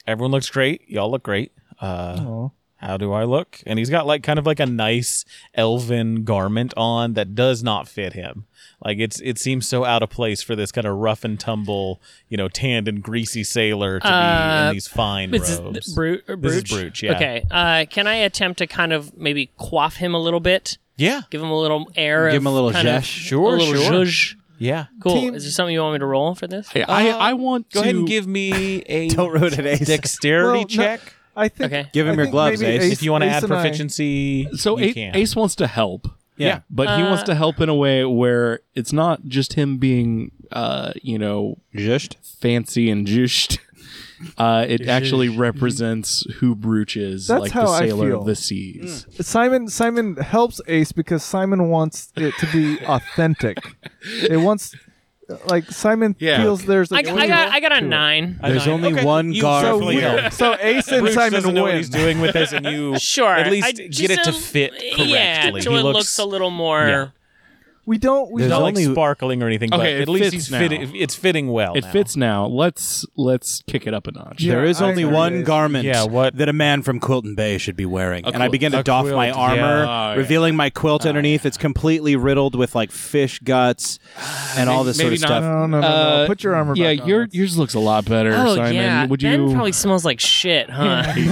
Speaker 4: everyone looks great. Y'all look great. Uh,
Speaker 1: Oh.
Speaker 4: how do I look? And he's got like kind of like a nice elven garment on that does not fit him. Like it's it seems so out of place for this kind of rough and tumble, you know, tanned and greasy sailor to be
Speaker 2: Uh,
Speaker 4: in these fine
Speaker 2: This is
Speaker 4: robes.
Speaker 2: Bru- or
Speaker 4: This is
Speaker 2: Brooch?
Speaker 4: Brooch, yeah.
Speaker 2: Okay. Uh, can I attempt to kind of maybe quaff him a little bit?
Speaker 4: yeah,
Speaker 2: Give him a little air.
Speaker 3: Give
Speaker 2: of
Speaker 3: him a little
Speaker 2: kind of-
Speaker 3: zhesh.
Speaker 4: Sure,
Speaker 2: a little
Speaker 4: sure.
Speaker 2: zhuzh.
Speaker 4: yeah.
Speaker 2: Cool. Is there something you want me to roll for this?
Speaker 6: I I, I want
Speaker 4: Uh, Go
Speaker 6: to
Speaker 4: ahead and give me
Speaker 1: <laughs>
Speaker 4: a
Speaker 3: Don't roll it, Ace.
Speaker 4: dexterity
Speaker 1: Well, no,
Speaker 4: check.
Speaker 1: I think.
Speaker 2: Okay.
Speaker 3: Give him
Speaker 1: I
Speaker 3: your
Speaker 1: think
Speaker 3: gloves,
Speaker 1: maybe
Speaker 3: Ace.
Speaker 4: If you want to
Speaker 1: Ace
Speaker 4: add
Speaker 1: and I-
Speaker 4: proficiency,
Speaker 6: So
Speaker 4: you
Speaker 6: Ace,
Speaker 4: can.
Speaker 6: Ace wants to help.
Speaker 4: Yeah. Uh,
Speaker 6: But he wants to help in a way where it's not just him being, uh, you know,
Speaker 3: Just
Speaker 6: fancy and juiced. <laughs> Uh, it actually represents who Brooch is,
Speaker 1: That's
Speaker 6: like
Speaker 1: how
Speaker 6: the
Speaker 1: I
Speaker 6: sailor
Speaker 1: feel.
Speaker 6: of the seas.
Speaker 4: Mm.
Speaker 1: Simon Simon helps Ace because Simon wants it to <laughs> be authentic. it wants like Simon
Speaker 6: Yeah.
Speaker 1: feels there's
Speaker 2: I,
Speaker 1: like
Speaker 2: I got I got a nine.
Speaker 3: There's
Speaker 4: nine.
Speaker 3: only
Speaker 4: Okay.
Speaker 3: one
Speaker 4: You
Speaker 3: guard.
Speaker 1: so,
Speaker 4: definitely
Speaker 1: we-
Speaker 4: help.
Speaker 1: so Ace and
Speaker 4: Bruce
Speaker 1: Simon
Speaker 4: doesn't know what
Speaker 1: win.
Speaker 4: he's doing with this, and you
Speaker 2: Sure.
Speaker 4: at least
Speaker 2: I
Speaker 4: get
Speaker 2: just,
Speaker 4: it to
Speaker 2: um,
Speaker 4: fit correctly.
Speaker 2: Yeah, so
Speaker 4: he
Speaker 2: it
Speaker 4: looks,
Speaker 2: looks a little more.
Speaker 4: Yeah.
Speaker 1: We don't we
Speaker 3: There's
Speaker 4: not
Speaker 1: don't
Speaker 4: like
Speaker 3: only-
Speaker 4: sparkling or anything,
Speaker 6: Okay,
Speaker 4: but
Speaker 6: it
Speaker 4: at least
Speaker 6: fits
Speaker 4: he's
Speaker 6: now.
Speaker 4: fitting. It's fitting well.
Speaker 6: It
Speaker 4: now.
Speaker 6: fits now. Let's let's kick it up a notch.
Speaker 1: Yeah.
Speaker 3: There is
Speaker 1: I
Speaker 3: only
Speaker 1: agree.
Speaker 3: one garment
Speaker 4: Yeah, what-
Speaker 3: that a man from Quilton Bay should be wearing. and I
Speaker 6: quilt.
Speaker 3: begin to
Speaker 4: A
Speaker 3: doff my
Speaker 4: quilt,
Speaker 3: armor,
Speaker 6: yeah. Oh, yeah.
Speaker 3: revealing my quilt underneath. It's completely riddled with like fish guts and all this sort
Speaker 6: maybe
Speaker 3: of
Speaker 6: not.
Speaker 3: stuff.
Speaker 1: No, no, no, no.
Speaker 6: Uh,
Speaker 1: Put your armor
Speaker 6: Yeah,
Speaker 1: back on.
Speaker 6: your, yours looks a lot better,
Speaker 2: Oh
Speaker 6: Simon.
Speaker 2: yeah.
Speaker 6: Would
Speaker 2: Ben
Speaker 6: you,
Speaker 2: probably smells like shit,
Speaker 6: <laughs>
Speaker 2: huh? <laughs> I just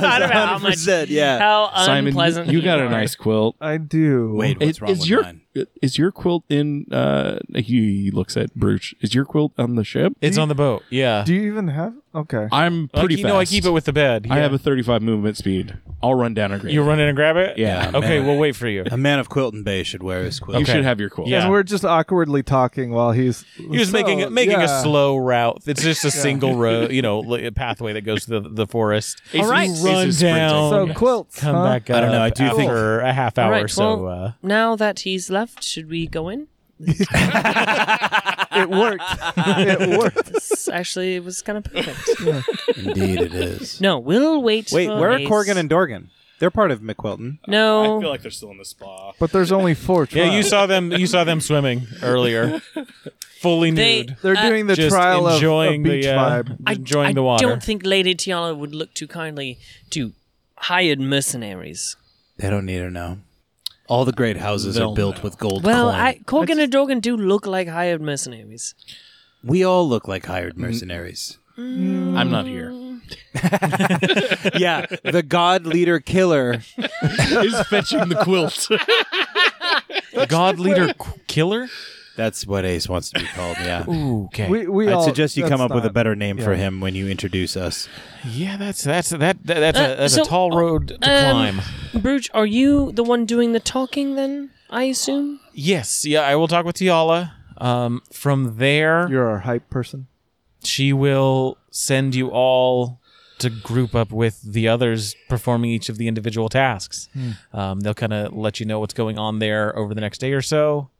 Speaker 2: thought about how much
Speaker 3: 100%, yeah.
Speaker 2: how
Speaker 6: Simon?
Speaker 2: unpleasant.
Speaker 6: You, you
Speaker 2: he
Speaker 6: got a
Speaker 2: was.
Speaker 6: nice quilt.
Speaker 1: I do.
Speaker 3: Wait, what's
Speaker 6: Is-
Speaker 3: wrong
Speaker 6: is
Speaker 3: with
Speaker 6: your
Speaker 3: mine?
Speaker 6: is your quilt in? Uh, he looks at Brooch. Is your quilt on the ship?
Speaker 4: It's on the boat. Yeah.
Speaker 1: Do you even have? Okay.
Speaker 6: I'm
Speaker 4: Like,
Speaker 6: pretty
Speaker 4: you
Speaker 6: fast.
Speaker 4: know, I keep it with the bed.
Speaker 6: I
Speaker 4: Yeah.
Speaker 6: have a 35 movement speed. I'll run down a grade.
Speaker 4: You run in and grab it.
Speaker 6: Yeah,
Speaker 4: Okay,
Speaker 3: man.
Speaker 4: we'll wait for you.
Speaker 3: A man of Quilton Bay should wear his quilt.
Speaker 6: You
Speaker 4: Okay.
Speaker 6: should have your quilt.
Speaker 4: Yeah.
Speaker 1: And we're just awkwardly talking while he's
Speaker 4: He was
Speaker 1: so,
Speaker 4: making making
Speaker 1: yeah.
Speaker 4: a slow route. It's just a single road, you know, li- pathway that goes to the, the forest.
Speaker 6: All
Speaker 4: You
Speaker 6: right.
Speaker 4: run
Speaker 6: Ace's
Speaker 4: down,
Speaker 1: So quilts.
Speaker 4: come
Speaker 1: huh?
Speaker 4: back. Up
Speaker 3: I don't know, I do think-
Speaker 4: after a half
Speaker 2: All
Speaker 4: hour.
Speaker 2: right,
Speaker 4: or so
Speaker 2: well,
Speaker 4: uh,
Speaker 2: Now that he's left, should we go in?
Speaker 1: It
Speaker 4: <laughs>
Speaker 1: worked. it worked.
Speaker 2: This actually was kind of
Speaker 4: <laughs>
Speaker 2: perfect.
Speaker 3: Indeed, it is.
Speaker 2: No, we'll wait.
Speaker 3: Wait,
Speaker 2: for
Speaker 3: where are
Speaker 2: Ace.
Speaker 3: Corgan and Dorgan? They're part of McQuilton.
Speaker 2: No,
Speaker 6: like they're still in the spa.
Speaker 1: But there's only four. Trials.
Speaker 4: Yeah, you saw them. You saw them swimming
Speaker 2: <laughs>
Speaker 4: earlier, fully
Speaker 2: They-
Speaker 4: nude,
Speaker 1: They're
Speaker 2: Uh,
Speaker 1: doing the
Speaker 4: just
Speaker 1: trial of-
Speaker 4: enjoying
Speaker 1: of, beach
Speaker 4: the uh,
Speaker 1: vibe.
Speaker 2: I,
Speaker 4: enjoying
Speaker 2: I
Speaker 4: the water.
Speaker 2: don't think Lady Tiana would look too kindly to hired mercenaries.
Speaker 3: They don't need to know. All the great houses are
Speaker 6: They'll
Speaker 3: built
Speaker 6: know.
Speaker 3: with gold
Speaker 2: Well,
Speaker 3: coin.
Speaker 2: I, Corgan and Dorgan do look like hired mercenaries.
Speaker 3: We all look like hired mercenaries.
Speaker 6: I'm not here.
Speaker 3: <laughs> yeah, the god leader killer.
Speaker 6: He's fetching the quilt.
Speaker 4: God leader qu- killer?
Speaker 3: That's what Ace wants to be called. Yeah.
Speaker 1: <laughs>
Speaker 4: Okay.
Speaker 1: We, we
Speaker 3: I'd
Speaker 1: all,
Speaker 3: suggest you
Speaker 1: that's
Speaker 3: come up with a
Speaker 1: not-
Speaker 3: better name for
Speaker 1: yeah.
Speaker 3: him when you introduce us.
Speaker 4: yeah, that's that's that, that that's,
Speaker 2: Uh,
Speaker 4: a, that's
Speaker 2: so-
Speaker 4: a tall road to
Speaker 2: um,
Speaker 4: climb.
Speaker 2: Bruce, are you the one doing the talking then? I assume.
Speaker 4: Yes, yeah, I will talk with Tiala. Um, from there,
Speaker 1: You're our hype person.
Speaker 4: she will send you all to group up with the others performing each of the individual tasks. Um, they'll kind of let you know what's going on there over the next day or so.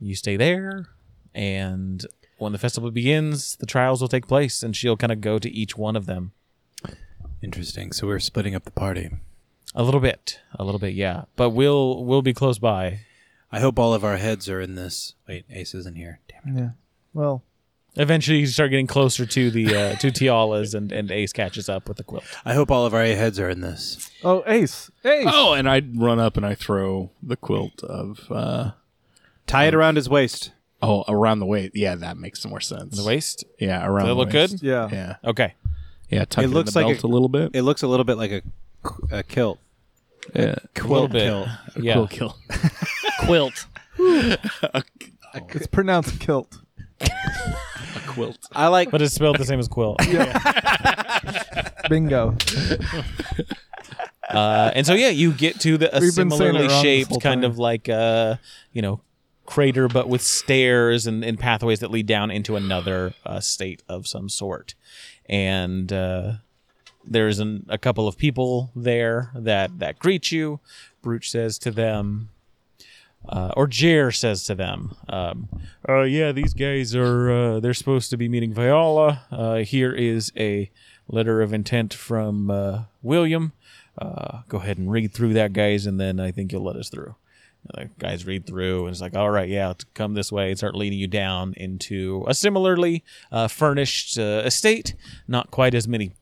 Speaker 4: You stay there, and when the festival begins, the trials will take place, and she'll kind of go to each one of them
Speaker 3: Interesting. So we're splitting up the party.
Speaker 4: a little bit, a little bit, yeah. But we'll we'll be close by.
Speaker 3: I hope all of our heads are in this. Wait, Ace isn't here. Damn it.
Speaker 1: Yeah. Well,
Speaker 4: Eventually, you start getting closer to the uh, to Tiala's, and, and Ace catches up with the quilt.
Speaker 3: I hope all of our heads are in this.
Speaker 1: oh, Ace. Ace.
Speaker 6: <laughs> oh, and I run up and I throw the quilt of uh
Speaker 3: Tie it around his waist.
Speaker 6: oh around the waist. Yeah, that makes more sense.
Speaker 4: The waist.
Speaker 6: Yeah, around.
Speaker 4: Does it
Speaker 6: the
Speaker 4: look
Speaker 6: waist.
Speaker 4: good?
Speaker 1: Yeah.
Speaker 6: Yeah,
Speaker 4: Okay.
Speaker 6: yeah. Tuck it,
Speaker 3: looks
Speaker 6: in the
Speaker 3: like
Speaker 6: belt
Speaker 3: a-
Speaker 6: a, little bit.
Speaker 3: It looks a little bit like a, qu- a kilt.
Speaker 6: yeah,
Speaker 4: little
Speaker 3: Quilt
Speaker 4: bit.
Speaker 3: kilt.
Speaker 4: Yeah.
Speaker 6: Quill kill.
Speaker 2: Quilt.
Speaker 1: It's pronounced kilt.
Speaker 6: A quilt.
Speaker 3: I like.
Speaker 4: But it's spelled the same as quilt.
Speaker 1: Bingo.
Speaker 4: Uh, and so yeah, you get to the a
Speaker 1: We've been saying it
Speaker 4: similarly
Speaker 1: wrong this
Speaker 4: shaped
Speaker 1: whole
Speaker 4: kind
Speaker 1: time.
Speaker 4: of like uh, you know crater, but with stairs and, and pathways that lead down into another uh, state of some sort. And uh, there's an, a couple of people there that that greet you. Brooch says to them, uh, or Jer says to them, um, uh, "Yeah, these guys are uh, they're supposed to be meeting Viola. Uh, here is a letter of intent from uh, William. Uh, go ahead and read through that, guys, and then I think you'll let us through." And the guys read through, and it's like, "All right, yeah, let's come this way." And start leading you down into a similarly uh, furnished uh, estate. Not quite as many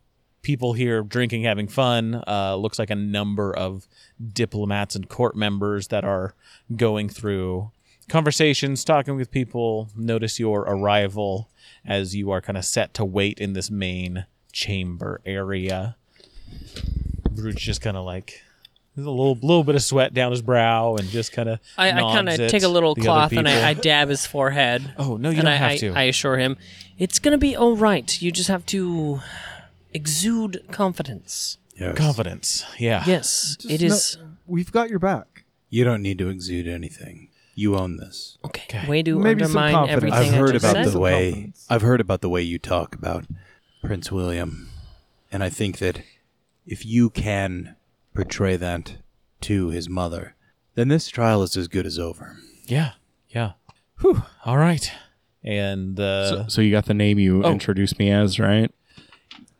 Speaker 4: people here drinking, having fun. Uh, looks like a number of diplomats and court members that are going through conversations, talking with people. Notice your arrival as you are kind of set to wait in this main chamber area. Brute's just kind of like. There's a little, little bit of sweat down his brow, and just kind of.
Speaker 2: I, I kind of take a little cloth and I, I dab his forehead.
Speaker 4: Oh, no, you
Speaker 2: and
Speaker 4: don't
Speaker 2: I,
Speaker 4: have
Speaker 2: I-
Speaker 4: to.
Speaker 2: I assure him, it's gonna be all right. You just have to exude confidence.
Speaker 4: confidence. Yeah.
Speaker 2: Yes, it
Speaker 1: No,
Speaker 2: is.
Speaker 1: we've got your back.
Speaker 3: You don't need to exude anything. You own this.
Speaker 2: Okay. Way to
Speaker 1: Maybe some
Speaker 2: undermine
Speaker 1: confidence.
Speaker 2: everything.
Speaker 3: I've
Speaker 2: I
Speaker 3: heard
Speaker 2: just
Speaker 3: about
Speaker 2: said.
Speaker 3: the
Speaker 1: Some
Speaker 3: way
Speaker 1: confidence.
Speaker 3: I've heard about the way you talk about Prince William, and I think that if you can portray that to his mother, then this trial is as good as over.
Speaker 4: Yeah. Yeah. Whew. All right. And uh,
Speaker 6: So, so you got the name you introduced me as, right?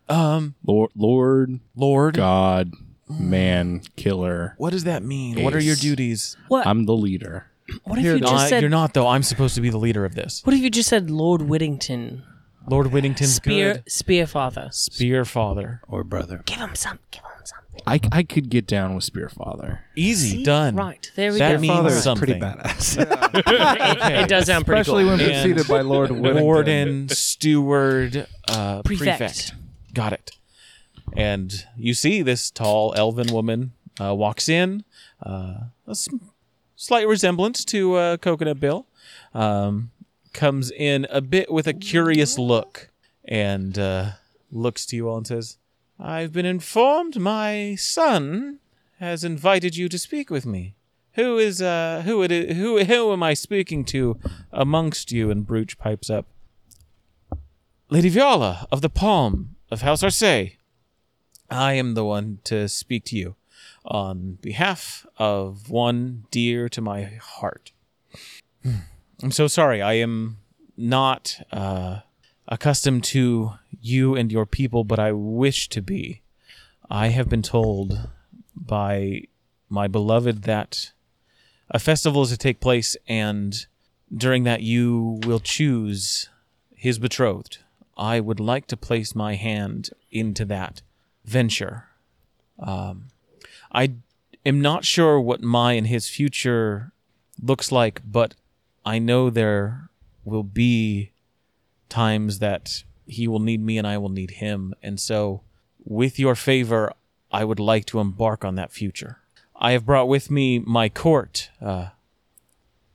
Speaker 4: Um,
Speaker 6: Lord, Lord,
Speaker 4: Lord,
Speaker 6: God, man, killer.
Speaker 4: what does that mean? What are your
Speaker 6: Ace.
Speaker 4: duties?
Speaker 2: What?
Speaker 6: I'm the leader.
Speaker 2: what if you
Speaker 4: Not-
Speaker 2: just said?
Speaker 4: you're not though. I'm supposed to be the leader of this.
Speaker 2: What if you just said Lord Whittington,
Speaker 4: Lord Whittington's
Speaker 2: Spear
Speaker 4: good.
Speaker 2: Spearfather?
Speaker 4: Spear father.
Speaker 3: Or brother.
Speaker 2: Give him some. Give him something.
Speaker 6: I, I could get down with Spearfather.
Speaker 4: Easy done.
Speaker 2: Right there we
Speaker 4: That
Speaker 2: go.
Speaker 4: means
Speaker 7: Father is
Speaker 4: something.
Speaker 7: pretty badass.
Speaker 2: it, it does sound pretty
Speaker 1: Especially
Speaker 2: cool.
Speaker 1: when
Speaker 4: And-
Speaker 1: preceded by Lord Whittington.
Speaker 4: Warden, steward, uh, prefect.
Speaker 2: Prefect.
Speaker 4: Got it. And you see this tall elven woman uh, walks in. Uh, a s- slight resemblance to uh, Coconut Bill. Um, comes in a bit with a curious look and uh, looks to you all and says, I've been informed my son has invited you to speak with me. Who is uh who it is, who who am I speaking to amongst you? And Brooch pipes up. Lady Viola of the Palm of House Arce. I am the one to speak to you on behalf of one dear to my heart. Hmm. I'm so sorry. I am not uh, accustomed to you and your people, but I wish to be. I have been told by my beloved that a festival is to take place, and during that, you will choose his betrothed. I would like to place my hand into that venture. Um, I am not sure what my and his future looks like, but I know there will be times that he will need me and I will need him. And so, with your favor, I would like to embark on that future. I have brought with me my court, uh,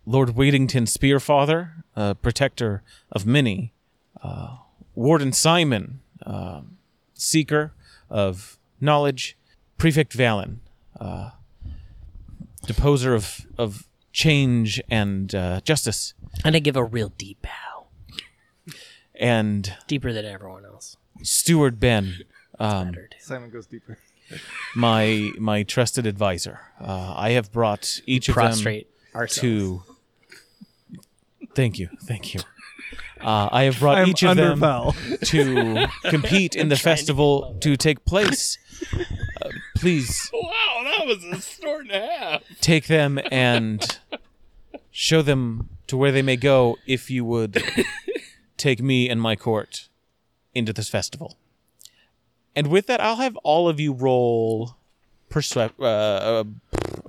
Speaker 4: Lord Wadington Spearfather, uh, protector of many, uh, Warden Simon, um seeker of knowledge, Prefect Valen, uh, deposer of, of change and uh, justice,
Speaker 2: And I give a real deep bow,
Speaker 4: and
Speaker 2: deeper than everyone else.
Speaker 4: Steward Ben, um,
Speaker 1: Simon goes deeper.
Speaker 4: my my trusted advisor. Uh, I have brought each of
Speaker 2: Prostrate.
Speaker 4: them to. Thank you, thank you. Uh, I have brought each of them to compete in the festival to take place. Uh, please
Speaker 6: Wow, that was a snort and a half.
Speaker 4: take them and show them to where they may go if you would take me and my court into this festival. And with that, I'll have all of you roll persua- uh, uh,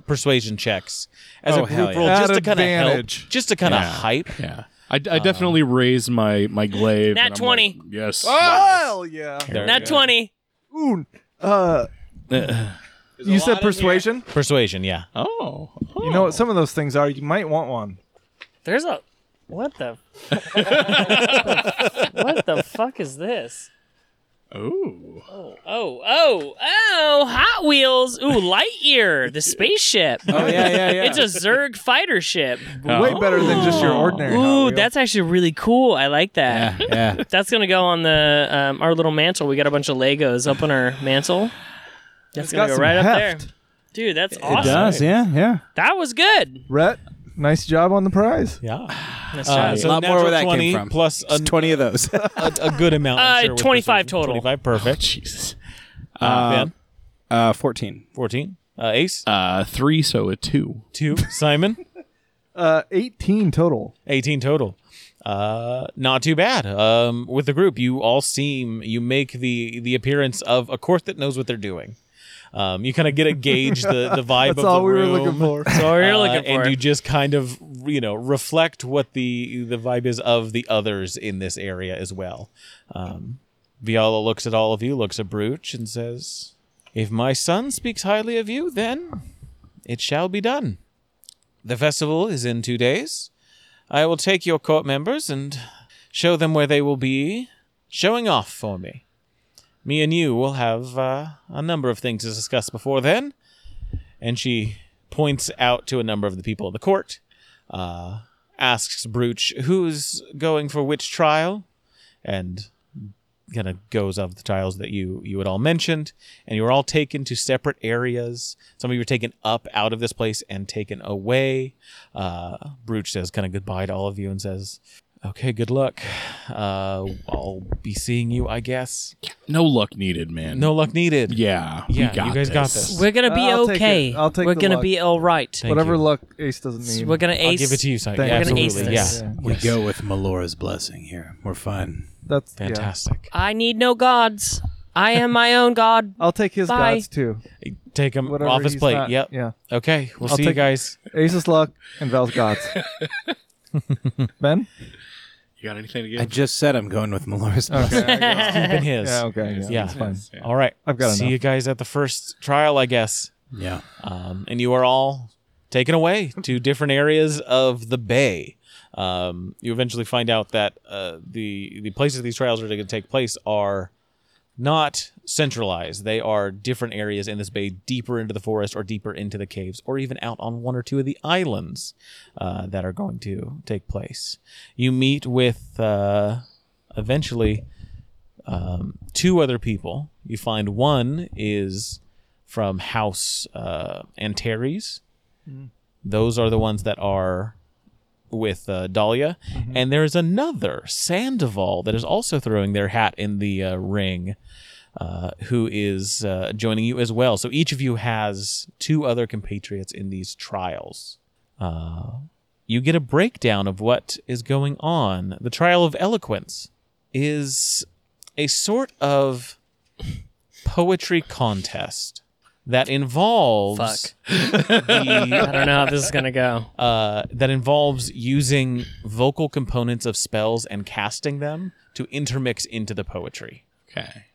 Speaker 4: persuasion checks as
Speaker 3: Oh,
Speaker 4: a
Speaker 3: hell
Speaker 4: group
Speaker 3: yeah.
Speaker 4: roll, just
Speaker 1: At
Speaker 4: to kind of help,
Speaker 1: advantage.
Speaker 4: just to kind of
Speaker 6: Yeah.
Speaker 4: hype.
Speaker 6: Yeah. I, I definitely raised my my glaive.
Speaker 2: Nat
Speaker 6: and I'm
Speaker 2: 20.
Speaker 6: like, yes.
Speaker 1: Ah! Hell yeah.
Speaker 4: There
Speaker 2: Not
Speaker 4: we go.
Speaker 2: 20.
Speaker 1: Ooh. Uh, you said persuasion?
Speaker 4: Persuasion, yeah.
Speaker 6: Oh.
Speaker 1: You know what some of those things are. You might want one.
Speaker 5: There's a. What
Speaker 4: <laughs>
Speaker 5: the? what the fuck is this?
Speaker 6: Ooh.
Speaker 2: Oh, oh, oh, Hot Wheels. Ooh, Lightyear, the
Speaker 4: <laughs>
Speaker 2: spaceship.
Speaker 3: Oh yeah, yeah, <laughs> yeah.
Speaker 5: It's a Zerg fighter ship.
Speaker 4: Oh.
Speaker 1: Way better than just your ordinary. Hot
Speaker 2: Ooh,
Speaker 1: Wheel.
Speaker 2: that's actually really cool. I like that.
Speaker 3: yeah.
Speaker 5: That's gonna go on the um, our little mantle. We got a bunch of Legos up on our mantle. That's gonna
Speaker 1: got
Speaker 5: go
Speaker 1: some
Speaker 5: right up
Speaker 1: heft.
Speaker 5: there, dude. That's
Speaker 3: It
Speaker 5: awesome.
Speaker 3: <laughs> does, yeah, yeah.
Speaker 5: That was good.
Speaker 1: Rhett, nice job on the prize.
Speaker 5: Nice
Speaker 4: Uh,
Speaker 5: job.
Speaker 4: so
Speaker 3: A lot more
Speaker 4: natural
Speaker 3: where that came
Speaker 4: 20
Speaker 3: from.
Speaker 4: plus a,
Speaker 3: Just twenty of those.
Speaker 4: a, a good amount. I'm
Speaker 5: Uh,
Speaker 4: sure, with
Speaker 5: 25
Speaker 4: persuasion.
Speaker 5: total.
Speaker 4: 25, perfect.
Speaker 6: Jesus.
Speaker 4: Uh, ben,
Speaker 3: <laughs> Uh, fourteen.
Speaker 4: 14. Uh, Ace,
Speaker 6: Uh, three, so a two.
Speaker 1: <laughs>
Speaker 4: 2. Simon,
Speaker 1: Uh, 18 total.
Speaker 4: 18 total. Uh, not too bad. Um, with the group, you all seem you make the the appearance of a court that knows what they're doing. Um, you kind of get a gauge the the
Speaker 1: <laughs>
Speaker 4: vibe
Speaker 1: That's
Speaker 4: of
Speaker 1: all
Speaker 4: the
Speaker 1: we
Speaker 4: room.
Speaker 1: were looking
Speaker 4: <laughs>
Speaker 1: for.
Speaker 2: That's all you're
Speaker 4: uh,
Speaker 2: looking for.
Speaker 4: and you just kind of you know reflect what the the vibe is of the others in this area as well. Um, Viola looks at all of you, looks at Brooch, and says, "If my son speaks highly of you, then it shall be done. The festival is in two days. I will take your court members and show them where they will be showing off for me. Me and you will have uh, a number of things to discuss before then." and she points out to a number of the people in the court. Uh, asks Brooch, "Who's going for which trial?" and kind of goes off the trials that you you had all mentioned, and you were all taken to separate areas. Some of you were taken up out of this place and taken away. Uh, Brooch says kind of goodbye to all of you and says. Okay, good luck. Uh, I'll be seeing you, I guess.
Speaker 6: No luck needed, man.
Speaker 4: No luck needed.
Speaker 6: Yeah. we
Speaker 4: yeah, you guys got this.
Speaker 2: We're gonna be
Speaker 1: Uh, I'll take
Speaker 2: okay.
Speaker 1: it. I'll take
Speaker 2: We're
Speaker 1: the
Speaker 2: gonna
Speaker 1: luck.
Speaker 2: be all right.
Speaker 4: Thank
Speaker 1: Whatever
Speaker 4: you.
Speaker 1: luck Ace doesn't need.
Speaker 2: We're gonna ace.
Speaker 4: I'll give it to you, Simon.
Speaker 1: Thank
Speaker 4: Yeah,
Speaker 1: you. We're gonna
Speaker 2: ace
Speaker 4: absolutely. Yeah.
Speaker 2: this.
Speaker 3: We go with Melora's blessing here. We're fine.
Speaker 1: That's yeah.
Speaker 4: Fantastic.
Speaker 2: I need no gods. I am my own god.
Speaker 1: I'll take his
Speaker 2: Bye.
Speaker 1: gods too.
Speaker 4: Take him
Speaker 1: Whatever
Speaker 4: off his
Speaker 1: he's
Speaker 4: plate.
Speaker 1: not-
Speaker 4: yep.
Speaker 1: Yeah.
Speaker 4: Okay. We'll
Speaker 1: I'll
Speaker 4: see you
Speaker 1: take-
Speaker 4: guys.
Speaker 1: Ace's luck and Val's gods. ben?
Speaker 6: You got anything to
Speaker 3: I
Speaker 6: give?
Speaker 3: just said I'm going with Melora's
Speaker 1: <laughs>
Speaker 3: blessing.
Speaker 1: Okay.
Speaker 4: Been his.
Speaker 1: yeah, okay. Yeah.
Speaker 4: Yeah.
Speaker 1: It's fine.
Speaker 4: All right.
Speaker 1: I've got
Speaker 4: see
Speaker 1: enough.
Speaker 4: you guys at the first trial, I guess.
Speaker 3: Yeah.
Speaker 4: Um, and you are all taken away to different areas of the bay. Um, you eventually find out that uh, the the places these trials are going to take place are not centralized. They are different areas in this bay, deeper into the forest, or deeper into the caves, or even out on one or two of the islands uh, that are going to take place. You meet with uh, eventually um, two other people. You find one is from House uh, Antares. Those are the ones that are with uh, Dahlia. And there's another, Sandoval, that is also throwing their hat in the uh, ring, uh, who is uh, joining you as well. So each of you has two other compatriots in these trials. Uh, you get a breakdown of what is going on. The Trial of Eloquence is a sort of poetry contest that involves <laughs> the
Speaker 2: I don't know how this is gonna
Speaker 4: <laughs>
Speaker 2: go.
Speaker 4: uh, that involves using vocal components of spells and casting them to intermix into the poetry.
Speaker 6: Okay.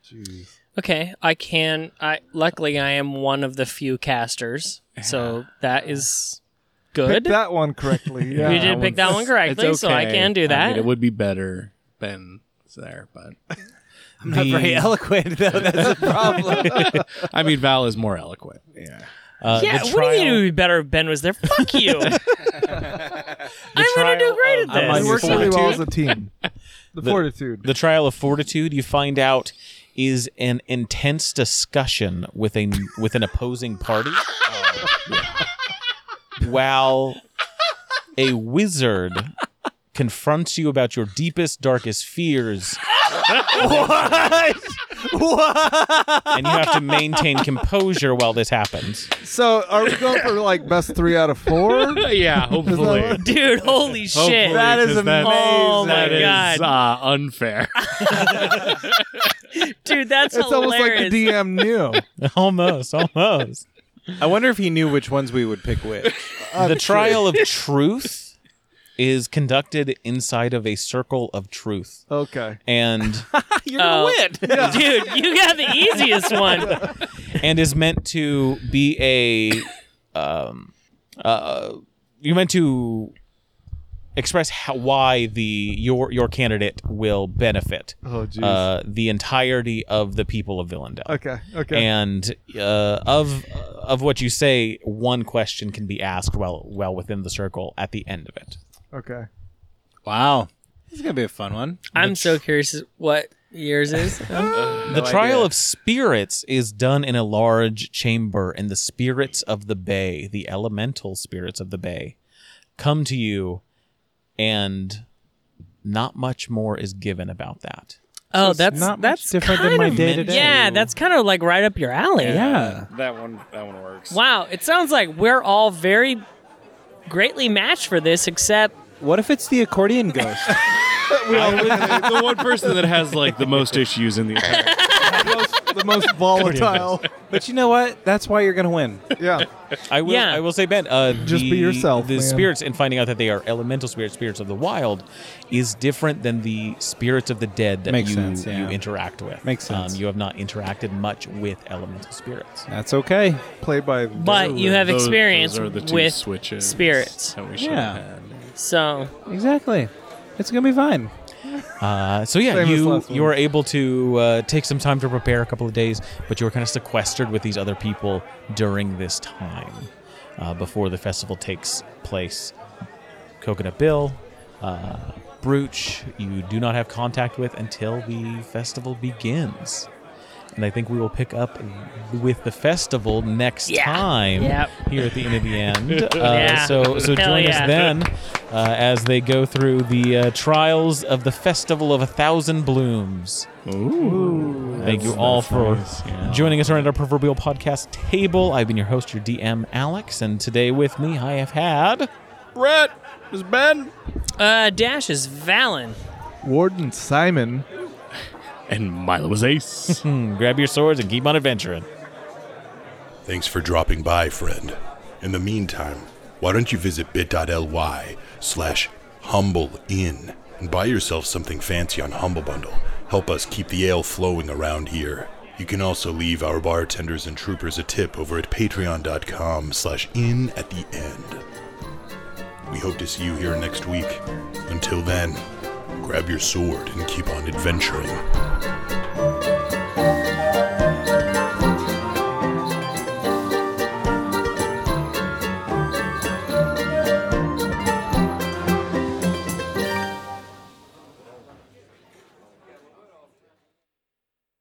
Speaker 2: Okay, I can. I luckily I am one of the few casters, so that is
Speaker 1: Pick
Speaker 2: good.
Speaker 1: that one correctly. Yeah.
Speaker 2: you did pick that one correctly, so I can do that.
Speaker 6: mean, it would be better than it's there, but
Speaker 8: I'm not very eloquent, though. That's a problem.
Speaker 6: <laughs> I mean, Val is more eloquent. Yeah.
Speaker 4: Uh,
Speaker 2: yeah,
Speaker 4: the
Speaker 2: what do you
Speaker 4: trial-
Speaker 2: do? Be better if Ben was there. Fuck <laughs>
Speaker 4: <laughs>
Speaker 2: you. I'm gonna
Speaker 4: trial
Speaker 2: do great
Speaker 4: of-
Speaker 2: at this.
Speaker 8: on
Speaker 1: We
Speaker 8: your
Speaker 1: worked really well
Speaker 8: fortitude.
Speaker 1: as a
Speaker 2: <laughs>
Speaker 1: team. The, fortitude.
Speaker 4: The trial of fortitude, you find out, is an intense discussion with a with an opposing party. uh, <laughs> While a wizard confronts you about your deepest, darkest fears. And you have to maintain composure while this happens.
Speaker 1: so are we going for like best three out of
Speaker 2: <laughs>
Speaker 1: four?
Speaker 6: <laughs> Yeah, hopefully.
Speaker 1: what-
Speaker 2: Dude, holy shit.
Speaker 6: That is
Speaker 2: oh my
Speaker 6: That is
Speaker 2: god.
Speaker 6: uh, unfair.
Speaker 2: <laughs> Dude, that's
Speaker 1: It's almost
Speaker 2: hilarious.
Speaker 1: like the DM
Speaker 2: <laughs>
Speaker 1: knew.
Speaker 4: Almost, almost.
Speaker 1: <laughs>
Speaker 8: I wonder if he knew which ones we would pick which.
Speaker 3: <laughs>
Speaker 1: Uh,
Speaker 4: the trial of truth is conducted inside of a circle of truth.
Speaker 1: Okay. <laughs>
Speaker 4: And
Speaker 8: You're gonna win.
Speaker 2: Oh. <laughs> Dude, you got the easiest
Speaker 3: <laughs>
Speaker 2: one.
Speaker 4: and is meant to be a um uh you're meant to express how, why the your your candidate will benefit
Speaker 1: Oh jeez.
Speaker 4: uh the entirety of the people of Villendale.
Speaker 1: okay. Okay.
Speaker 4: And uh, of of what you say, one question can be asked well well within the circle at the end of it.
Speaker 1: okay.
Speaker 8: Wow. This is gonna be a fun one.
Speaker 2: I'm so curious what yours is.
Speaker 4: The trial of spirits is done in a large chamber, and the spirits of the bay, the elemental spirits of the bay, come to you, and not much more is given about that.
Speaker 2: Oh, that's
Speaker 3: not much
Speaker 2: that's
Speaker 3: different than
Speaker 2: kind
Speaker 3: my
Speaker 2: of-
Speaker 3: day-to-day.
Speaker 2: Yeah, that's kind of like right up your alley.
Speaker 3: Yeah.
Speaker 6: that one that one works.
Speaker 2: Wow, it sounds like we're all very greatly matched for this, except
Speaker 3: What if it's the accordion ghost?
Speaker 6: the one person that has like the most issues
Speaker 2: <laughs>
Speaker 6: in the entire
Speaker 1: The most, the most volatile.
Speaker 3: but you know what? That's why you're gonna win.
Speaker 1: Yeah.
Speaker 4: I will.
Speaker 2: Yeah.
Speaker 4: I will say, Ben. Uh,
Speaker 1: Just be
Speaker 4: the-
Speaker 1: yourself,
Speaker 4: The
Speaker 1: man.
Speaker 4: spirits, and finding out that they are elemental spirits, spirits of the wild, is different than the spirits of the dead that
Speaker 3: Makes
Speaker 4: you
Speaker 3: sense, yeah.
Speaker 4: you interact with.
Speaker 3: Makes sense.
Speaker 4: Um, you have not interacted much with elemental spirits.
Speaker 3: That's okay.
Speaker 1: Played by.
Speaker 2: but you have
Speaker 6: Those-
Speaker 2: experience
Speaker 6: those are the two
Speaker 2: with
Speaker 6: switches
Speaker 2: spirits.
Speaker 6: that we should
Speaker 3: Yeah.
Speaker 6: have had.
Speaker 2: So
Speaker 3: Exactly. It's gonna be fine.
Speaker 4: Uh, so yeah,
Speaker 1: Same as
Speaker 4: you
Speaker 1: last
Speaker 4: you
Speaker 1: one.
Speaker 4: are able to uh, take some time to prepare a couple of days, but you were kind of sequestered with these other people during this time uh, before the festival takes place. Coconut Bill, uh, Brooch, you do not have contact with until the festival begins, and I think we will pick up with the festival next
Speaker 2: Yeah.
Speaker 4: time
Speaker 2: Yep.
Speaker 4: here at the end of the end. Uh,
Speaker 2: Yeah.
Speaker 4: So so
Speaker 2: <laughs> Hell
Speaker 4: join
Speaker 2: yeah.
Speaker 4: us then uh, as they go through the uh, trials of the Festival of a Thousand Blooms. Thank you all for joining us around our proverbial podcast table. I've been your host, your DM, Alex, and today with me I have had.
Speaker 6: Brett is Ben
Speaker 2: uh Dash is Valen.
Speaker 1: Warden Simon.
Speaker 6: and Milo is <laughs> Ace.
Speaker 4: Hmm, grab your swords and keep on adventuring.
Speaker 9: Thanks for dropping by, friend. In the meantime, why don't you visit bit.ly slash humble inn and buy yourself something fancy on Humble Bundle. Help us keep the ale flowing around here. You can also leave our bartenders and troopers a tip over at patreon.com slash inn at the end. We hope to see you here next week. Until then, grab your sword and keep on adventuring.